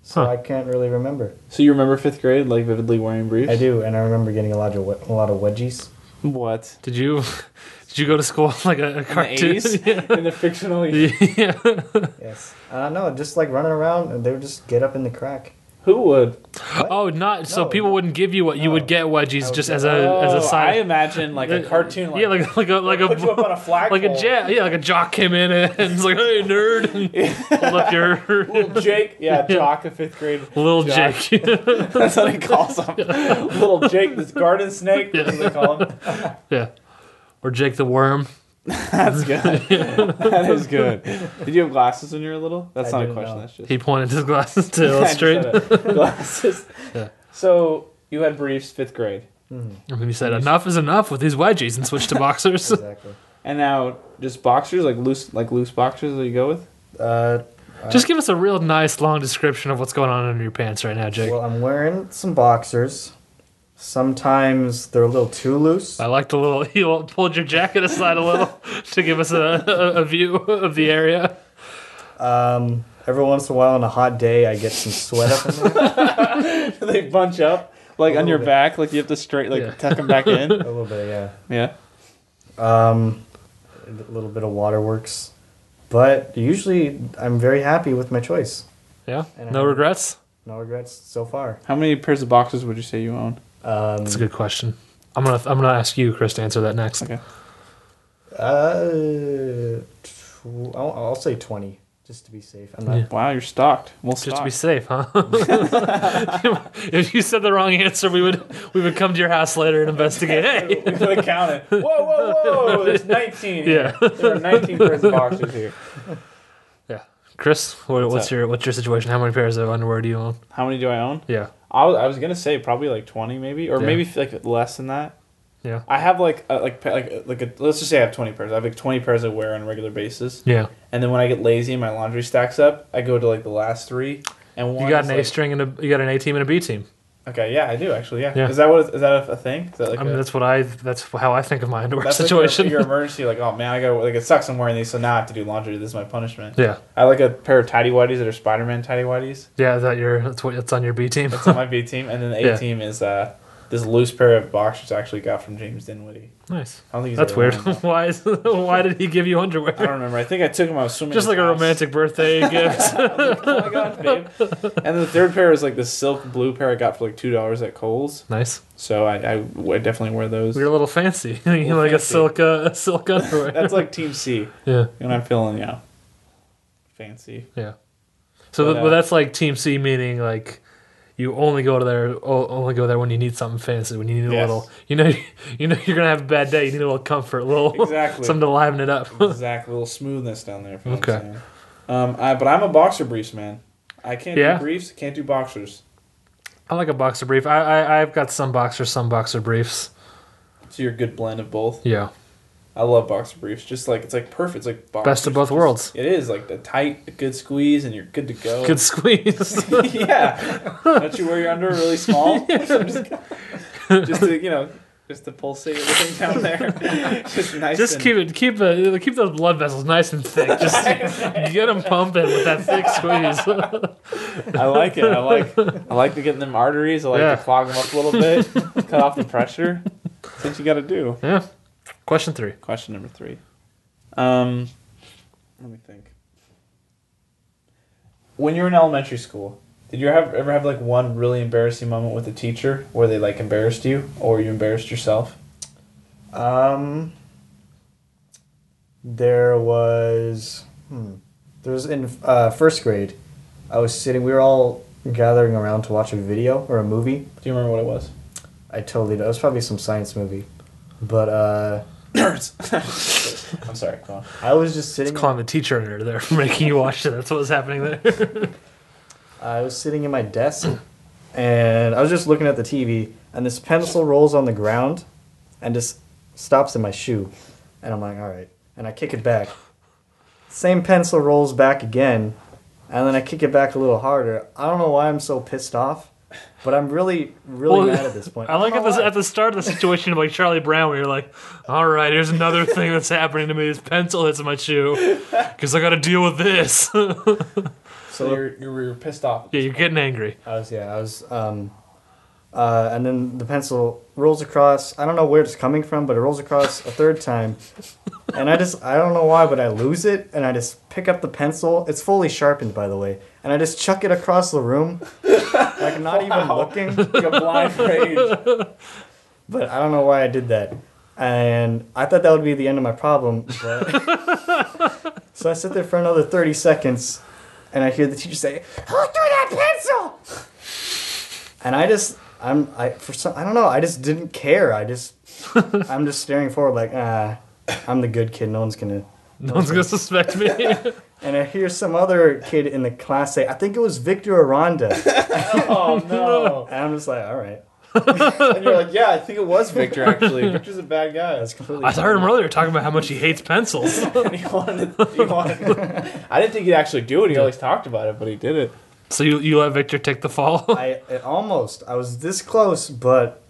S6: so
S4: Huh.
S6: I can't really remember.
S1: So you remember fifth grade, like vividly wearing briefs?
S6: I do, and I remember getting a lot of we- a lot of wedgies.
S1: What?
S4: Did you did you go to school like a, a
S1: In the
S4: cartoon?
S1: 80s? In the fictional.
S4: yeah.
S6: Yes. Uh, no, just like running around, and they would just get up in the crack.
S1: Who would?
S4: Oh, not so
S6: No.
S4: people wouldn't give you what you would get wedgies just as a Uh, as
S1: Oh,
S4: a
S1: I
S4: side.
S1: imagine like a cartoon. Like,
S4: yeah, like like a like a
S1: put you up on a flag.
S4: like a jet. Yeah, like a jock came in and it's like, hey nerd, and hold up your
S1: Little Jake, yeah, Jock, a fifth grade.
S4: little
S1: Jock.
S4: Jake.
S1: That's what he calls him. Little Jake, this garden snake. That's what they call him.
S4: yeah, or Jake the worm.
S1: That's good. that is good. Did you have glasses when you were little? That's
S6: I
S1: not a
S6: didn't
S1: question.
S6: know.
S1: That's just
S4: He pointed his glasses
S1: I
S4: to
S1: just
S4: illustrate.
S1: had a- glasses.
S4: Yeah.
S1: So you had briefs fifth grade.
S4: And then he said, "Enough is enough with these wedgies," and switched to boxers.
S6: Exactly.
S1: And now just boxers, like loose, like loose boxers that you go with.
S6: Uh,
S4: Just give us a real nice long description of what's going on under your pants right now, Jake.
S6: well, I'm wearing some boxers. Sometimes they're a little too loose.
S4: I liked the little you pulled your jacket aside a little to give us a, a, a view of the area.
S6: Um, every once in a while, on a hot day, I get some sweat up in there
S1: they bunch up like on
S6: little
S1: your
S6: bit.
S1: back, like you have to straight, like
S4: Yeah.
S1: tuck them back in.
S6: a little bit. Yeah.
S1: Yeah.
S6: um, a little bit of waterworks. But usually, I'm very happy with my choice.
S4: Yeah,
S6: And I-
S4: no regrets.
S6: No regrets so far.
S1: How many pairs of boxers would you say you own?
S6: Um,
S4: That's a good question. I'm gonna I'm gonna ask you, Chris, to answer that next.
S1: Okay.
S6: uh, tw- I'll, I'll say 20, just to be safe. I'm not.
S4: Yeah.
S1: Wow, you're stocked. Well,
S4: Just to
S1: stocked.
S4: be safe, huh? if you said the wrong answer, we would we would come to your house later and investigate. Hey,
S1: we could have counted. Whoa, whoa, whoa! There's 19.
S4: yeah,
S1: Here. There are 19 pairs of boxers here.
S4: yeah. Chris, what, what's,
S1: up?
S4: your what's your situation? How many pairs of underwear do you own?
S1: How many do I own?
S4: Yeah,
S1: I was, I was gonna say probably like 20, maybe, or
S4: Yeah.
S1: maybe like less than that.
S4: yeah,
S1: I have like a, like pa- like a- like a, let's just say I have 20 pairs. I have like 20 pairs I wear on a regular basis,
S4: yeah.
S1: and then when I get lazy and my laundry stacks up, I go to like the last three. And one
S4: You got
S1: is,
S4: an A
S1: like-
S4: string and a you got an A team and a B team.
S1: Okay, yeah, I do actually. Yeah.
S4: Yeah.
S1: Is that what is that a, a thing? Is that like
S4: I mean,
S1: a-
S4: that's what I that's how I think of my underwear
S1: that's like your-
S4: situation.
S1: your, emergency, like oh man, I got like it sucks. I'm wearing these, so now I have to do laundry. This is my punishment.
S4: yeah,
S1: I like a pair of tidy whities that are Spider Man tidy whities.
S4: yeah. That your that's what that's on your B team.
S1: That's on my B team, and then the A
S4: Yeah.
S1: team is uh, this loose pair of boxers I actually got from James Dinwiddie.
S4: nice.
S1: I don't think he's
S4: That's
S1: ever
S4: weird.
S1: worn them.
S4: why is, why did he give you
S1: I don't
S4: underwear?
S1: remember. I think I took him. I was swimming.
S4: Just
S1: in
S4: like a
S1: class.
S4: romantic birthday gift.
S1: oh my god, babe. And the third pair is like this silk blue pair I got for like two dollars at Kohl's.
S4: nice.
S1: So I, I, I definitely wear those.
S4: You're a little fancy. you like a
S1: fancy.
S4: silk uh, silk underwear.
S1: That's like Team C.
S4: yeah,
S1: And I'm feeling yeah, fancy.
S4: yeah.
S1: But,
S4: So th-
S1: uh,
S4: well, that's like Team C, meaning like you only go to there o- only go there when you need something fancy, when you need a
S1: Yes.
S4: little. You know, you know, you're gonna have a bad day. You need a little comfort, a little
S1: Exactly. Mm-hmm.
S4: something to liven it up.
S1: Exact little smoothness down there. if you know what I'm
S4: Okay.
S1: saying. Um, I, but I'm a boxer briefs man. I can't
S4: Yeah.
S1: do briefs. Can't do boxers.
S4: I like a boxer brief. I, I I've got some boxers, some boxer briefs.
S1: So you're a good blend of both.
S4: Yeah,
S1: I love boxer briefs. Just like it's like perfect. It's like boxers.
S4: best of both worlds.
S1: It is like the tight, a good squeeze, and you're good to go.
S4: Good squeeze.
S1: yeah. Don't you wear your underwear really small? just, just to, you know, just to pulsate everything down there. just nice.
S4: Just
S1: and-
S4: keep it, keep uh, keep those blood vessels nice and thick. Just get them pumping with that thick squeeze.
S1: I like it. I like. I like to get in them arteries. I like
S4: Yeah.
S1: to clog them up a little bit, cut off the pressure. That's what you got to do.
S4: yeah. Question three.
S1: Question number three. Um, let me think. When you were in elementary school, did you have, ever have like one really embarrassing moment with a teacher where they like embarrassed you or you embarrassed yourself?
S6: Um, there was. Hmm, there was in uh, first grade. I was sitting. We were all gathering around to watch a video or a movie.
S1: Do you remember what it was?
S6: I totally. It was probably some science movie, but uh,
S1: nerds. I'm sorry. Go on.
S6: I was just sitting.
S4: It's calling the teacher nerd there for making you watch it. That's what was happening there.
S6: I was sitting in my desk, and I was just looking at the TV, and this pencil rolls on the ground, and just stops in my shoe, and I'm like, all right, and I kick it back. Same pencil rolls back again, and then I kick it back a little harder. I don't know why I'm so pissed off, but I'm really, really
S4: Well,
S6: mad at this point.
S4: I like
S6: don't
S4: at
S6: know
S4: the,
S6: why.
S4: at the start of the situation like Charlie Brown, where you're like, "All right, here's another thing that's happening to me. This pencil hits my shoe because I got to deal with this." yeah,
S1: So you're, you're, you're pissed off.
S4: you're getting angry.
S6: I was yeah, I was um uh, and then the pencil rolls across. I don't know where it's coming from, but it rolls across a third time. And I just, I don't know why, but I lose it. And I just pick up the pencil. It's fully sharpened, by the way. And I just chuck it across the room. Like, not even looking.
S1: Like a blind rage.
S6: But I don't know why I did that. And I thought that would be the end of my problem. But... so I sit there for another 30 seconds and I hear the teacher say, Who threw that pencil? And I just, I'm, I, for some, I don't know, I just didn't care. I just, I'm just staring forward like, ah, I'm the good kid. No one's gonna.
S4: No one's gonna suspect me.
S6: And I hear some other kid in the class say, I think it was Victor Aranda.
S1: Oh no.
S6: And I'm just like, all right. and you're like, yeah, I think it was Victor actually. Victor's a bad guy. That's completely.
S4: I heard him earlier talking about how much he hates pencils.
S6: he wanted. He wanted. I didn't think he'd actually do it. He always talked about it, but he did it.
S4: so you, you let Victor take the fall.
S6: I it almost. I was this close, but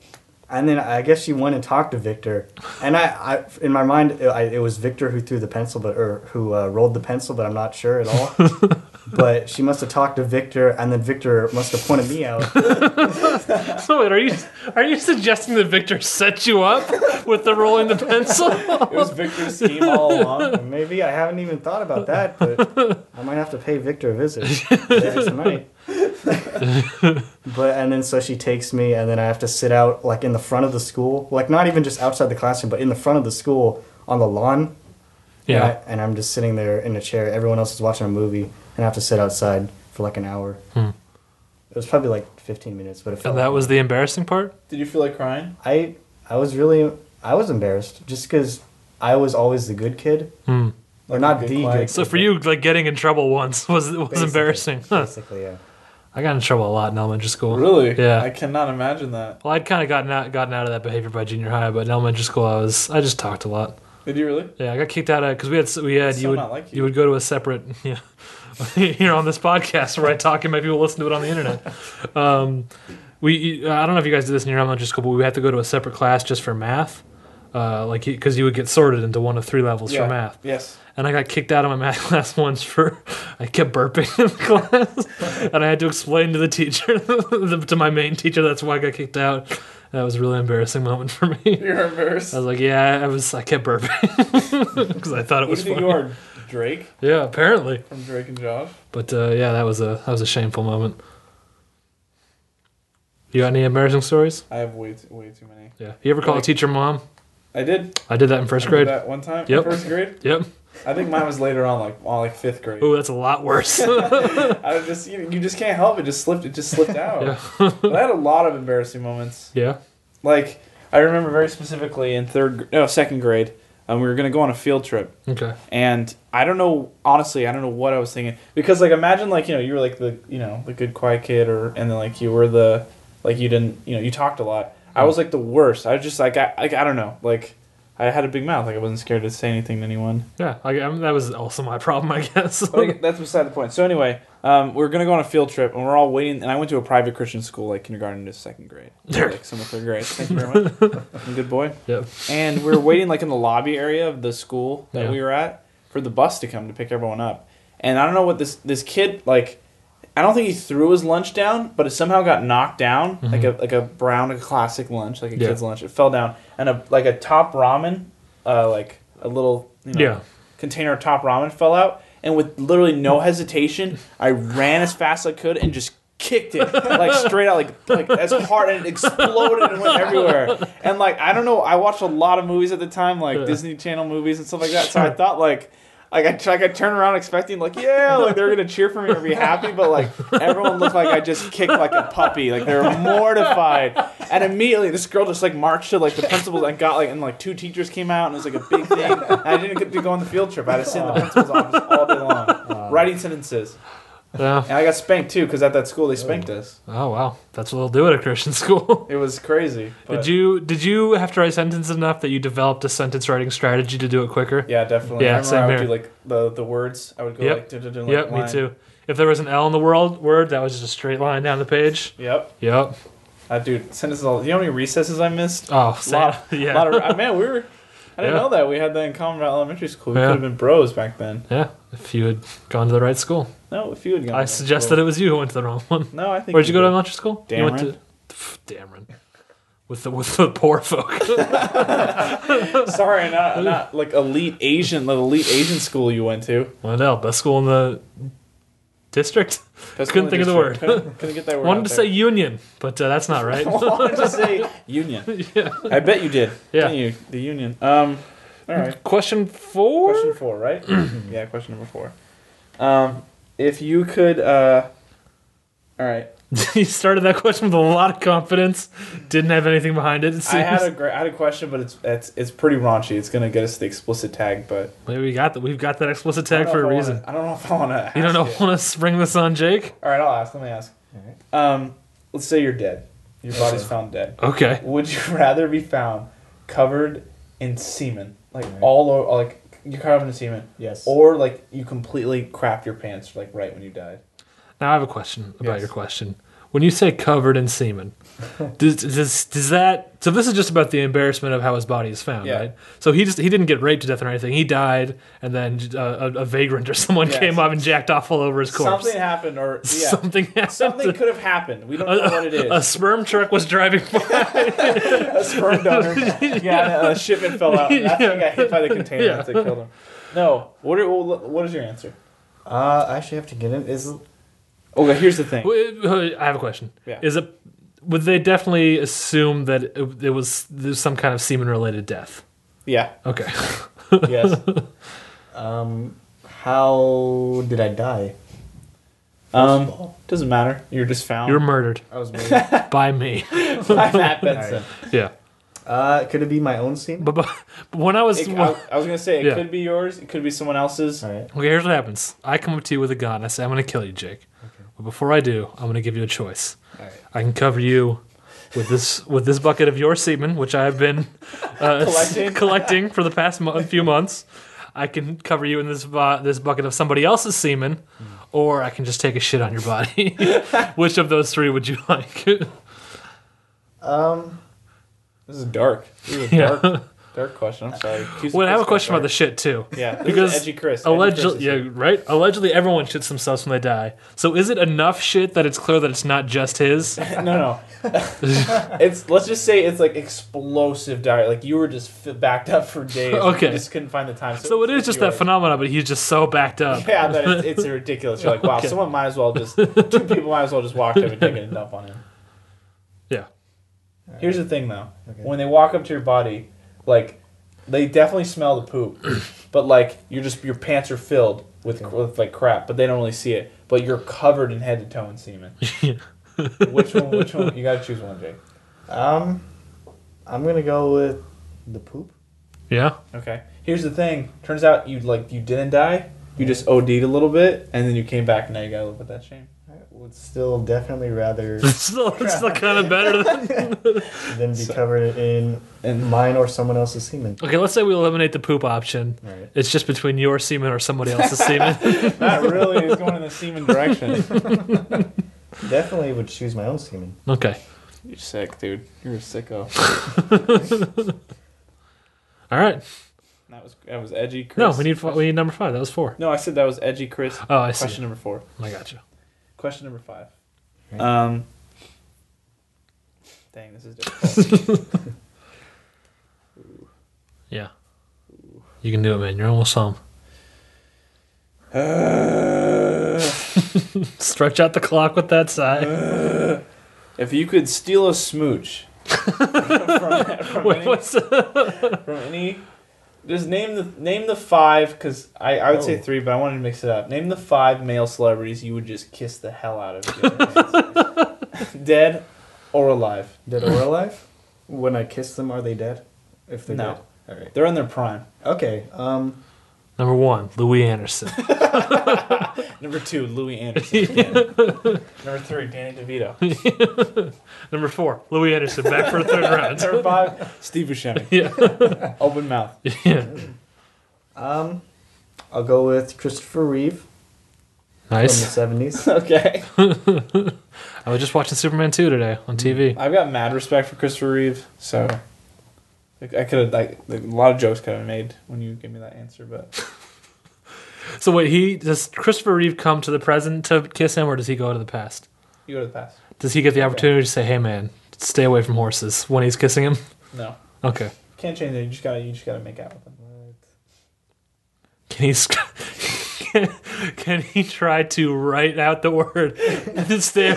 S6: and then I guess she went and talked to Victor, and I, I in my mind it, I, it was Victor who threw the pencil, but or who uh, rolled the pencil, but I'm not sure at all. but she must have talked to Victor, and then Victor must have pointed me out.
S4: so wait, are you are you suggesting that Victor set you up with the rolling the pencil?
S1: It was Victor's scheme all along.
S6: And Maybe I haven't even thought about that, but I might have to pay Victor a visit later tonight. but and then so she takes me, and then I have to sit out like in the front of the school, like not even just outside the classroom, but in the front of the school on the lawn. And, I, and I'm just sitting there in a chair. Everyone else is watching a movie, and I have to sit outside for like an hour. It was probably like 15 minutes, but it felt
S4: And Hmm. that
S6: like-
S4: was the embarrassing part.
S1: Did you feel like crying?
S6: I I was really I was embarrassed just because I was always the good kid, or not the
S1: quiet
S6: good.
S4: Hmm. So
S6: kid,
S4: for you, like getting in trouble once was was
S6: Basically.
S4: embarrassing. Huh.
S6: Basically, yeah.
S4: I got in trouble a lot in elementary school.
S1: Really?
S4: Yeah.
S1: I cannot imagine that.
S4: Well, I'd kind of gotten out gotten out of that behavior by junior high, but in elementary school, I was I just talked a lot.
S1: Did you really?
S4: Yeah, I got kicked out of because we had we had you
S1: Still
S4: would
S1: not like
S4: you.
S1: you.
S4: would go to a separate yeah here on this podcast where I talk and maybe we'll listen to it on the internet. Um, we I don't know if you guys did this in your elementary school, but we had to go to a separate class just for math, uh, like because you would get sorted into one of three levels
S1: Yeah.
S4: for math.
S1: Yes.
S4: and I got kicked out of my math class once for I kept burping in the class, and I had to explain to the teacher, to my main teacher, that's why I got kicked out. That was a really embarrassing moment for me.
S1: You're embarrassed.
S4: I was like, yeah, I was, I kept burping because I thought it
S1: Who
S4: was
S1: do you think
S4: funny.
S1: you are? Drake
S4: Yeah, apparently.
S1: from Drake and Josh.
S4: But uh, yeah, that was a that was a shameful moment. You got any embarrassing stories?
S1: I have way too, way too many.
S4: Yeah. You ever call a teacher mom?
S1: I did.
S4: I did that in first
S1: I did
S4: grade.
S1: that one time. in
S4: Yep.
S1: First grade.
S4: Yep.
S1: I think mine was later on, like on like fifth grade.
S4: Oh, that's a lot worse.
S1: I was just you, you just can't help it. Just slipped. It just slipped out.
S4: yeah.
S1: But I had a lot of embarrassing moments.
S4: Yeah.
S1: Like I remember very specifically in third, no, second grade. Um, we were gonna go on a field trip,
S4: Okay.
S1: and I don't know honestly i don't know what i was thinking because like imagine like you know you were like the you know the good quiet kid or and then like you were the like you didn't you know you talked a lot i was like the worst i was just like i like, i don't know like i had a big mouth like i wasn't scared to say anything to anyone
S4: Yeah. I, I mean, that was also my problem, I guess.
S1: but like, that's beside the point so anyway um, we are gonna go on a field trip and we're all waiting and i went to a private christian school like kindergarten to second grade like some of third grade thank you very much I'm a good boy
S4: Yep.
S1: and we were waiting like in the lobby area of the school that
S4: Yeah.
S1: we were at for the bus to come to pick everyone up. And I don't know what this this kid like. I don't think he threw his lunch down, but it somehow got knocked down like a like a brown like a classic lunch, like a
S4: Mm-hmm. Yeah.
S1: kid's lunch. It fell down and a like a top ramen, uh, like a little you know,
S4: Yeah.
S1: container of top ramen fell out. And with literally no hesitation, I ran as fast as I could and just kicked it like straight out, like like as hard and it exploded and went everywhere. And like I don't know, I watched a lot of movies at the time, like Disney Channel movies and stuff like that. So I thought like. Like I, tr- like I turned around expecting like yeah like they're gonna cheer for me or be happy but like everyone looked like I just kicked like a puppy like they were mortified and immediately this girl just like marched to like the principal's and got like and like two teachers came out and it was like a big thing and I didn't get to go on the field trip I had to sit in the principal's office all day long writing sentences
S4: Yeah.
S1: and I got spanked too because at that school they spanked us
S4: Oh wow, that's what they'll do at a Christian school.
S1: it was crazy but-
S4: did you did you have to write sentences enough that you developed a sentence writing strategy to do it quicker?
S1: Yeah, definitely.
S4: Yeah,
S1: I remember
S4: same
S1: I would
S4: here.
S1: do like the the words. I would go
S4: Yep.
S1: like, duh, duh, duh,
S4: Yep,
S1: like
S4: me
S1: line.
S4: too. If there was an L in the world word, that was just a straight line down the page.
S1: Yep.
S4: Yep.
S1: Uh, dude, sentences all. You know how many recesses I missed?
S4: Oh, same.
S1: lot.
S4: yeah.
S1: Lot of, uh, man, we were. I didn't
S4: Yeah.
S1: know that we had that in common about elementary school. We
S4: Yeah.
S1: could have been bros back then.
S4: yeah. If you had gone to the right school,
S1: No, if you had gone.
S4: I suggest that it was you who went to the wrong one.
S1: No, I think.
S4: Where'd you go to elementary school? You went
S1: Dameron.
S4: to pff, Dameron. With the with the poor folk.
S1: did. Sorry, not not like elite Asian, the elite Asian school you went to.
S4: What hell? Best school in the district.
S1: That's
S4: Couldn't
S1: the only
S4: think of the
S1: district.
S4: word.
S1: Couldn't, couldn't get that word.
S4: Wanted
S1: out
S4: to
S1: there.
S4: say Union, but uh, that's not right.
S1: Wanted to say union. I bet you did.
S4: Yeah.
S1: Didn't you? The union. Um. All right.
S4: Question four.
S1: Question four, right? yeah, question number four. Um, if you could, uh, all right.
S4: you started that question with a lot of confidence. Didn't have anything behind it. it
S1: I had a
S4: seems.
S1: great, I had a question, but it's it's it's pretty raunchy. It's gonna get us the explicit tag, but
S4: Maybe we got that. We've got that explicit
S1: I don't
S4: tag
S1: know
S4: for a
S1: if I
S4: reason.
S1: wanna- I don't know if I want to.
S4: You don't know, want to spring this on Jake?
S1: All right, I'll ask. Let me ask. Um, let's say you're dead. Your body's found dead.
S4: Okay.
S1: Would you rather be found covered in semen, like all over, like you're covered in semen,
S6: Yes.
S1: or like you completely crap your pants, like right when you died?
S4: Now I have a question about
S1: Yes.
S4: your question. When you say covered in semen, does, does does that so this is just about the embarrassment of how his body is found,
S1: Yeah.
S4: right? So he just he didn't get raped to death or anything. He died, and then uh, a, a vagrant or someone
S1: Yes.
S4: came up and jacked off all over his corpse.
S1: Something happened, or yeah, something,
S4: Something happened.
S1: could have happened. We don't know what it is.
S4: A sperm truck was driving by.
S1: a sperm donor. yeah, and a shipment fell out. That's yeah. got hit by the container
S4: Yeah.
S1: that killed him. No, what are, what is your answer?
S6: Uh, I actually have to get in. Is
S1: Okay, here's the thing.
S4: Wait, wait, I have a question.
S1: Yeah.
S4: Is it would they definitely assume that it, it was there's some kind of semen related death?
S1: Yeah.
S4: Okay.
S1: Yes.
S6: um, how did I die?
S1: Um, doesn't matter. You're just found.
S4: You were murdered
S6: I was murdered.
S4: by me.
S1: by Matt Benson.
S4: Yeah.
S6: uh, could it be my own scene?
S4: But, but, but when I was,
S1: It-
S4: well,
S1: I, I was gonna say it
S4: Yeah.
S1: could be yours. It could be someone else's.
S6: All right.
S4: okay, here's what happens. I come up to you with a gun. I say, I'm going to kill you, Jake. But before I do, I'm going to give you a choice. I can cover you with this with this bucket of your semen, which I have been uh,
S1: Collecting?
S4: collecting. for the past mo- few months. I can cover you in this bu- this bucket of somebody else's semen, or I can just take a shit on your body. which of those three would you like?
S6: Um,
S1: This is dark. This is a
S4: Yeah.
S1: dark, dark question. I'm sorry. Accused
S4: well, I have a
S1: of
S4: question about the
S1: dark.
S4: shit too.
S1: Yeah, this is
S4: because
S1: edgy Chris. Edgy Chris is
S4: Allegedly,
S1: here.
S4: yeah, right. Allegedly, everyone shits themselves when they die. So, is it enough shit that it's clear that it's not just his?
S1: no, no. it's let's just say it's like explosive diarrhea. Like you were just f- backed up for days.
S4: Okay.
S1: you just couldn't find the time.
S4: so it is
S1: it's
S4: just that
S1: yours.
S4: phenomenon, but he's just so backed up.
S1: Yeah, that it's, it's ridiculous. You're like, wow,
S4: Okay.
S1: someone might as well just two people might as well just walk up and take a dump on him.
S4: Yeah.
S1: Here's the thing though, when they walk up to your body, like they definitely smell the poop, but like you're just your pants are filled with, with like crap, but they don't really see it. But you're covered in head to toe in semen. which one? Which one? You gotta choose one, Jake.
S6: um, I'm gonna go with the poop.
S4: Yeah.
S1: Okay. Here's the thing. Turns out you like you didn't die. You just OD'd a little bit, and then you came back, and now you gotta live with that shame.
S6: Would still definitely rather
S4: It's still, it's still kind of better than.
S6: than be covered in
S1: And
S6: mine or someone else's semen.
S4: Okay, let's say we eliminate the poop option.
S6: Right.
S4: It's just between your semen or somebody else's semen.
S1: that really is going in the semen direction.
S6: Definitely would choose my own semen.
S4: Okay.
S1: You're sick, dude. You're a sicko.
S4: All right.
S1: That was that was edgy. Chris.
S4: No, we need fi- we need number five. That was four.
S1: No, I said that was edgy, Chris.
S4: Oh, I see.
S1: Question number four.
S4: I got you.
S1: Question number five.
S6: Right.
S1: Um. Dang, this is difficult.
S4: Yeah. You can do it, man. You're almost home. Stretch out the clock with that sigh.
S1: if you could steal a smooch from, from
S4: Wait,
S1: any,
S4: what's
S1: from any, just name the name the five because I, I would say
S6: Oh.
S1: three, but I wanted to mix it up. Name the five male celebrities you would just kiss the hell out of, if you had a chance. dead or alive.
S6: Dead or alive? When I kiss them, are they dead? If they're
S1: No.
S6: dead. All right.
S1: They're in their prime.
S6: Okay. Um,
S4: Number one, Louis Anderson.
S1: Number two, Louis Anderson. Number three, Danny DeVito.
S4: Number four, Louis Anderson back for a third round.
S1: Number five, Steve Buscemi.
S4: Yeah.
S1: Open mouth.
S4: yeah.
S6: um, I'll go with Christopher Reeve from the
S4: Nice.
S6: seventies.
S1: Okay.
S4: I was just watching Superman 2 today on TV.
S1: I've got mad respect for Christopher Reeve, so like, I could have like, like, a lot of jokes could have been made when you gave me that answer, but Mm.
S4: So wait, he does Christopher Reeve come to the present to kiss him or does he go to the past?
S1: you go to the past.
S4: Does he get the opportunity to say, "Hey man, stay away from horses" when he's kissing him?
S1: No,
S4: Okay.
S1: can't change it. You just gotta you just gotta make out with him.
S4: Can he sc- can, can he try to write out the word and stay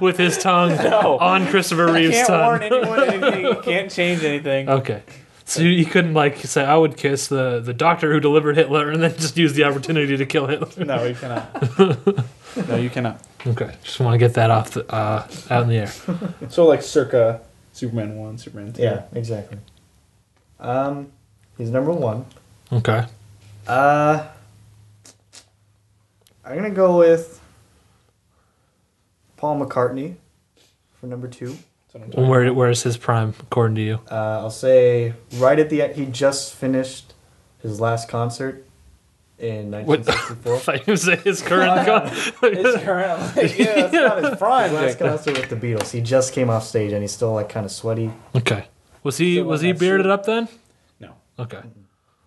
S4: with his tongue on Christopher Reeve's
S1: Can't warn
S4: tongue?
S1: anyone anything. You can't change anything.
S4: Okay. So you you couldn't like say I would kiss the, the doctor who delivered Hitler and then just use the opportunity to kill Hitler.
S1: No, you cannot. no, you cannot.
S4: Okay, just want to get that off the, uh, out in the air.
S1: So like circa Superman one, Superman two.
S6: yeah, exactly. Um, he's number one.
S4: Okay,
S6: Uh, I'm gonna go with Paul McCartney for number two.
S4: And Where where's his prime according to you?
S6: Uh, I'll say right at the end, he just finished his last concert in
S4: What?
S6: 1964.
S4: I was gonna say his current. con-
S3: It's current. I'm like, yeah,
S6: That's not his prime. His last
S3: Jacob.
S6: concert with the Beatles. He just came off stage and he's still like kind of sweaty.
S4: okay. Was he
S1: So,
S4: was
S1: uh,
S4: he
S1: that's
S4: bearded up then?
S1: No.
S4: Okay.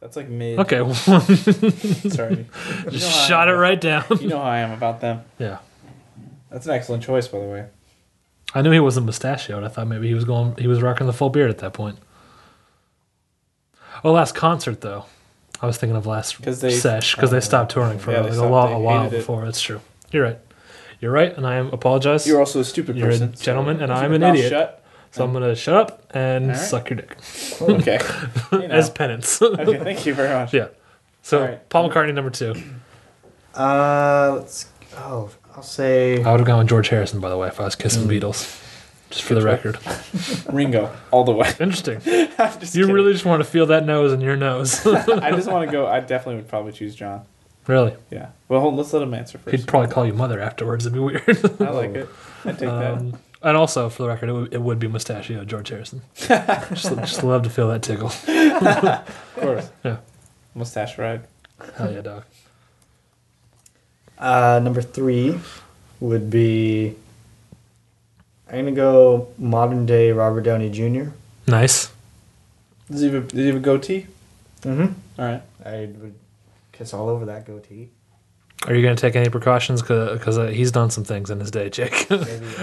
S1: That's like mid.
S4: Okay.
S1: Sorry.
S4: Just shot it right down.
S1: You know how I am about them.
S4: yeah.
S1: That's an excellent choice, by the way.
S4: I knew he wasn't mustachioed. I thought maybe he was going. He was rocking the full beard at that point. Oh, last concert though. I was thinking of last
S1: 'Cause they-
S4: sesh because they stopped touring for
S1: Yeah, they
S4: like, a,
S1: stopped-
S4: while,
S1: they
S4: a while
S1: hated it.
S4: before. That's true. You're right. You're right, and I am apologize.
S1: You're also a stupid
S4: You're a
S1: person. so
S4: gentleman, and
S1: keep
S4: I'm
S1: your
S4: an
S1: mouth
S4: idiot.
S1: Shut.
S4: so I'm gonna shut up and
S1: All right.
S4: suck your dick
S1: Okay. You know.
S4: as penance.
S1: okay. Thank you very much.
S4: yeah. So
S1: All right.
S4: Paul McCartney number two.
S6: Uh, let's. Oh, I'll say.
S4: I would have gone with George Harrison, by the way, if I was kissing
S1: Mm.
S4: Beatles. Just for the record.
S1: Ringo, all the way.
S4: Interesting.
S1: I'm just
S4: You
S1: kidding.
S4: really just want to feel that nose in your nose.
S1: I just want to go. I definitely would probably choose John.
S4: really?
S1: Yeah. Well, hold, let's let him answer
S4: He'd
S1: first.
S4: probably call you mother afterwards. It'd be weird.
S1: I like it. I take
S4: Um, and also, for the record, it would, it would be mustachio George Harrison. just, just love to feel that tickle.
S1: that. Of course.
S4: Yeah.
S1: Mustache ride.
S4: Hell yeah, dog.
S6: Uh, number three would be. I'm gonna go modern day Robert Downey junior
S4: Nice.
S1: Does he have a, does he have a goatee?
S6: Mm-hmm.
S1: All right.
S6: I would kiss all over that goatee.
S4: Are you going to take any precautions? Because uh, he's done some things in his day, Jake.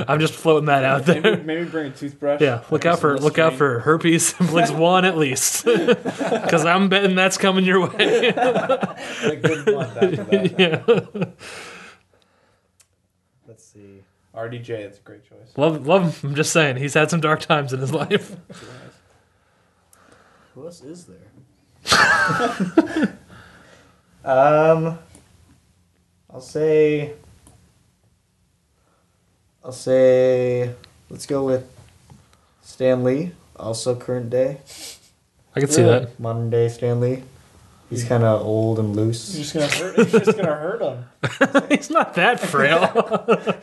S4: I'm just floating that out
S1: Maybe,
S4: there.
S1: maybe bring a toothbrush.
S4: Yeah, look out for look out for herpes simplex one at least, because I'm betting that's coming your way.
S1: A good blunt after that.
S4: yeah.
S6: Let's see.
S1: RDJ, that's a great choice.
S4: Love, love him. I'm just saying, he's had some dark times in his life.
S6: Who else is there? um, I'll say. I'll say. Let's go with Stan Lee, also current day.
S4: I can see that.
S6: Modern day Stan Lee. He's kind of old and
S1: He's
S6: loose.
S1: just gonna hurt. He's just gonna hurt him.
S4: He's not that frail.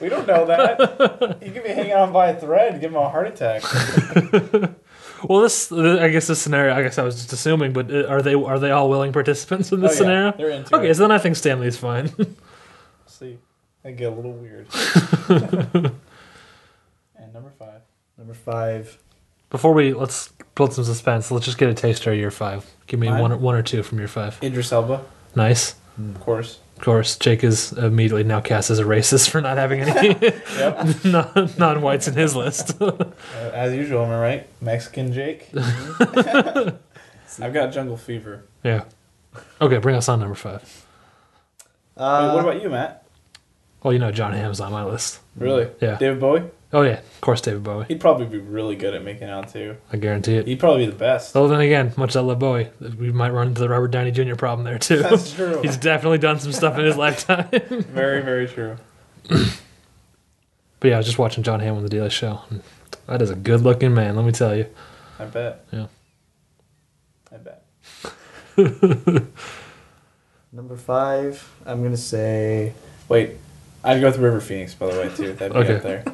S1: We don't know that. He could be hanging on by a thread. and Give him a heart attack.
S4: well, this, I guess, this scenario. I guess I was just assuming, but uh, are they are they all willing participants in this
S1: Oh, yeah,
S4: scenario?
S1: they're into
S4: okay,
S1: it.
S4: so then I think Stanley's fine.
S1: see, they get a little weird. and number five.
S6: Number five.
S4: Before we let's build some suspense. Let's just get a taster of your five. Give me
S1: Mine?
S4: one or- one or two from your five.
S1: Idris Elba,
S4: Nice.
S1: of course.
S4: Of course, Jake is immediately now cast as a racist for not having any
S1: Yep.
S4: non whites in his list.
S1: Uh, As usual, am I right? Mexican Jake. I've got jungle fever.
S4: yeah. Okay, bring us on number five.
S1: Wait,
S6: Uh,
S1: what about you, Matt?
S4: Well, you know, John Hamm's on my list.
S1: Really?
S4: Yeah.
S1: David Bowie.
S4: Oh, yeah, of course, David Bowie.
S1: He'd probably be really good at making out too.
S4: I guarantee it.
S1: He'd probably be the best.
S4: Well, then again, much as I love Bowie, we might run into the Robert Downey Jr. problem there, too.
S1: That's true.
S4: He's definitely done some stuff in his lifetime. but
S1: very, very true.
S4: yeah, I was just watching John Hamm on The Daily Show. and That is a good looking man, let me tell you.
S1: I bet.
S4: Yeah.
S1: I bet.
S6: number five. I'm gonna say.
S1: Wait, I'd go with River Phoenix by the way too. That'd be
S4: Okay.
S1: up there.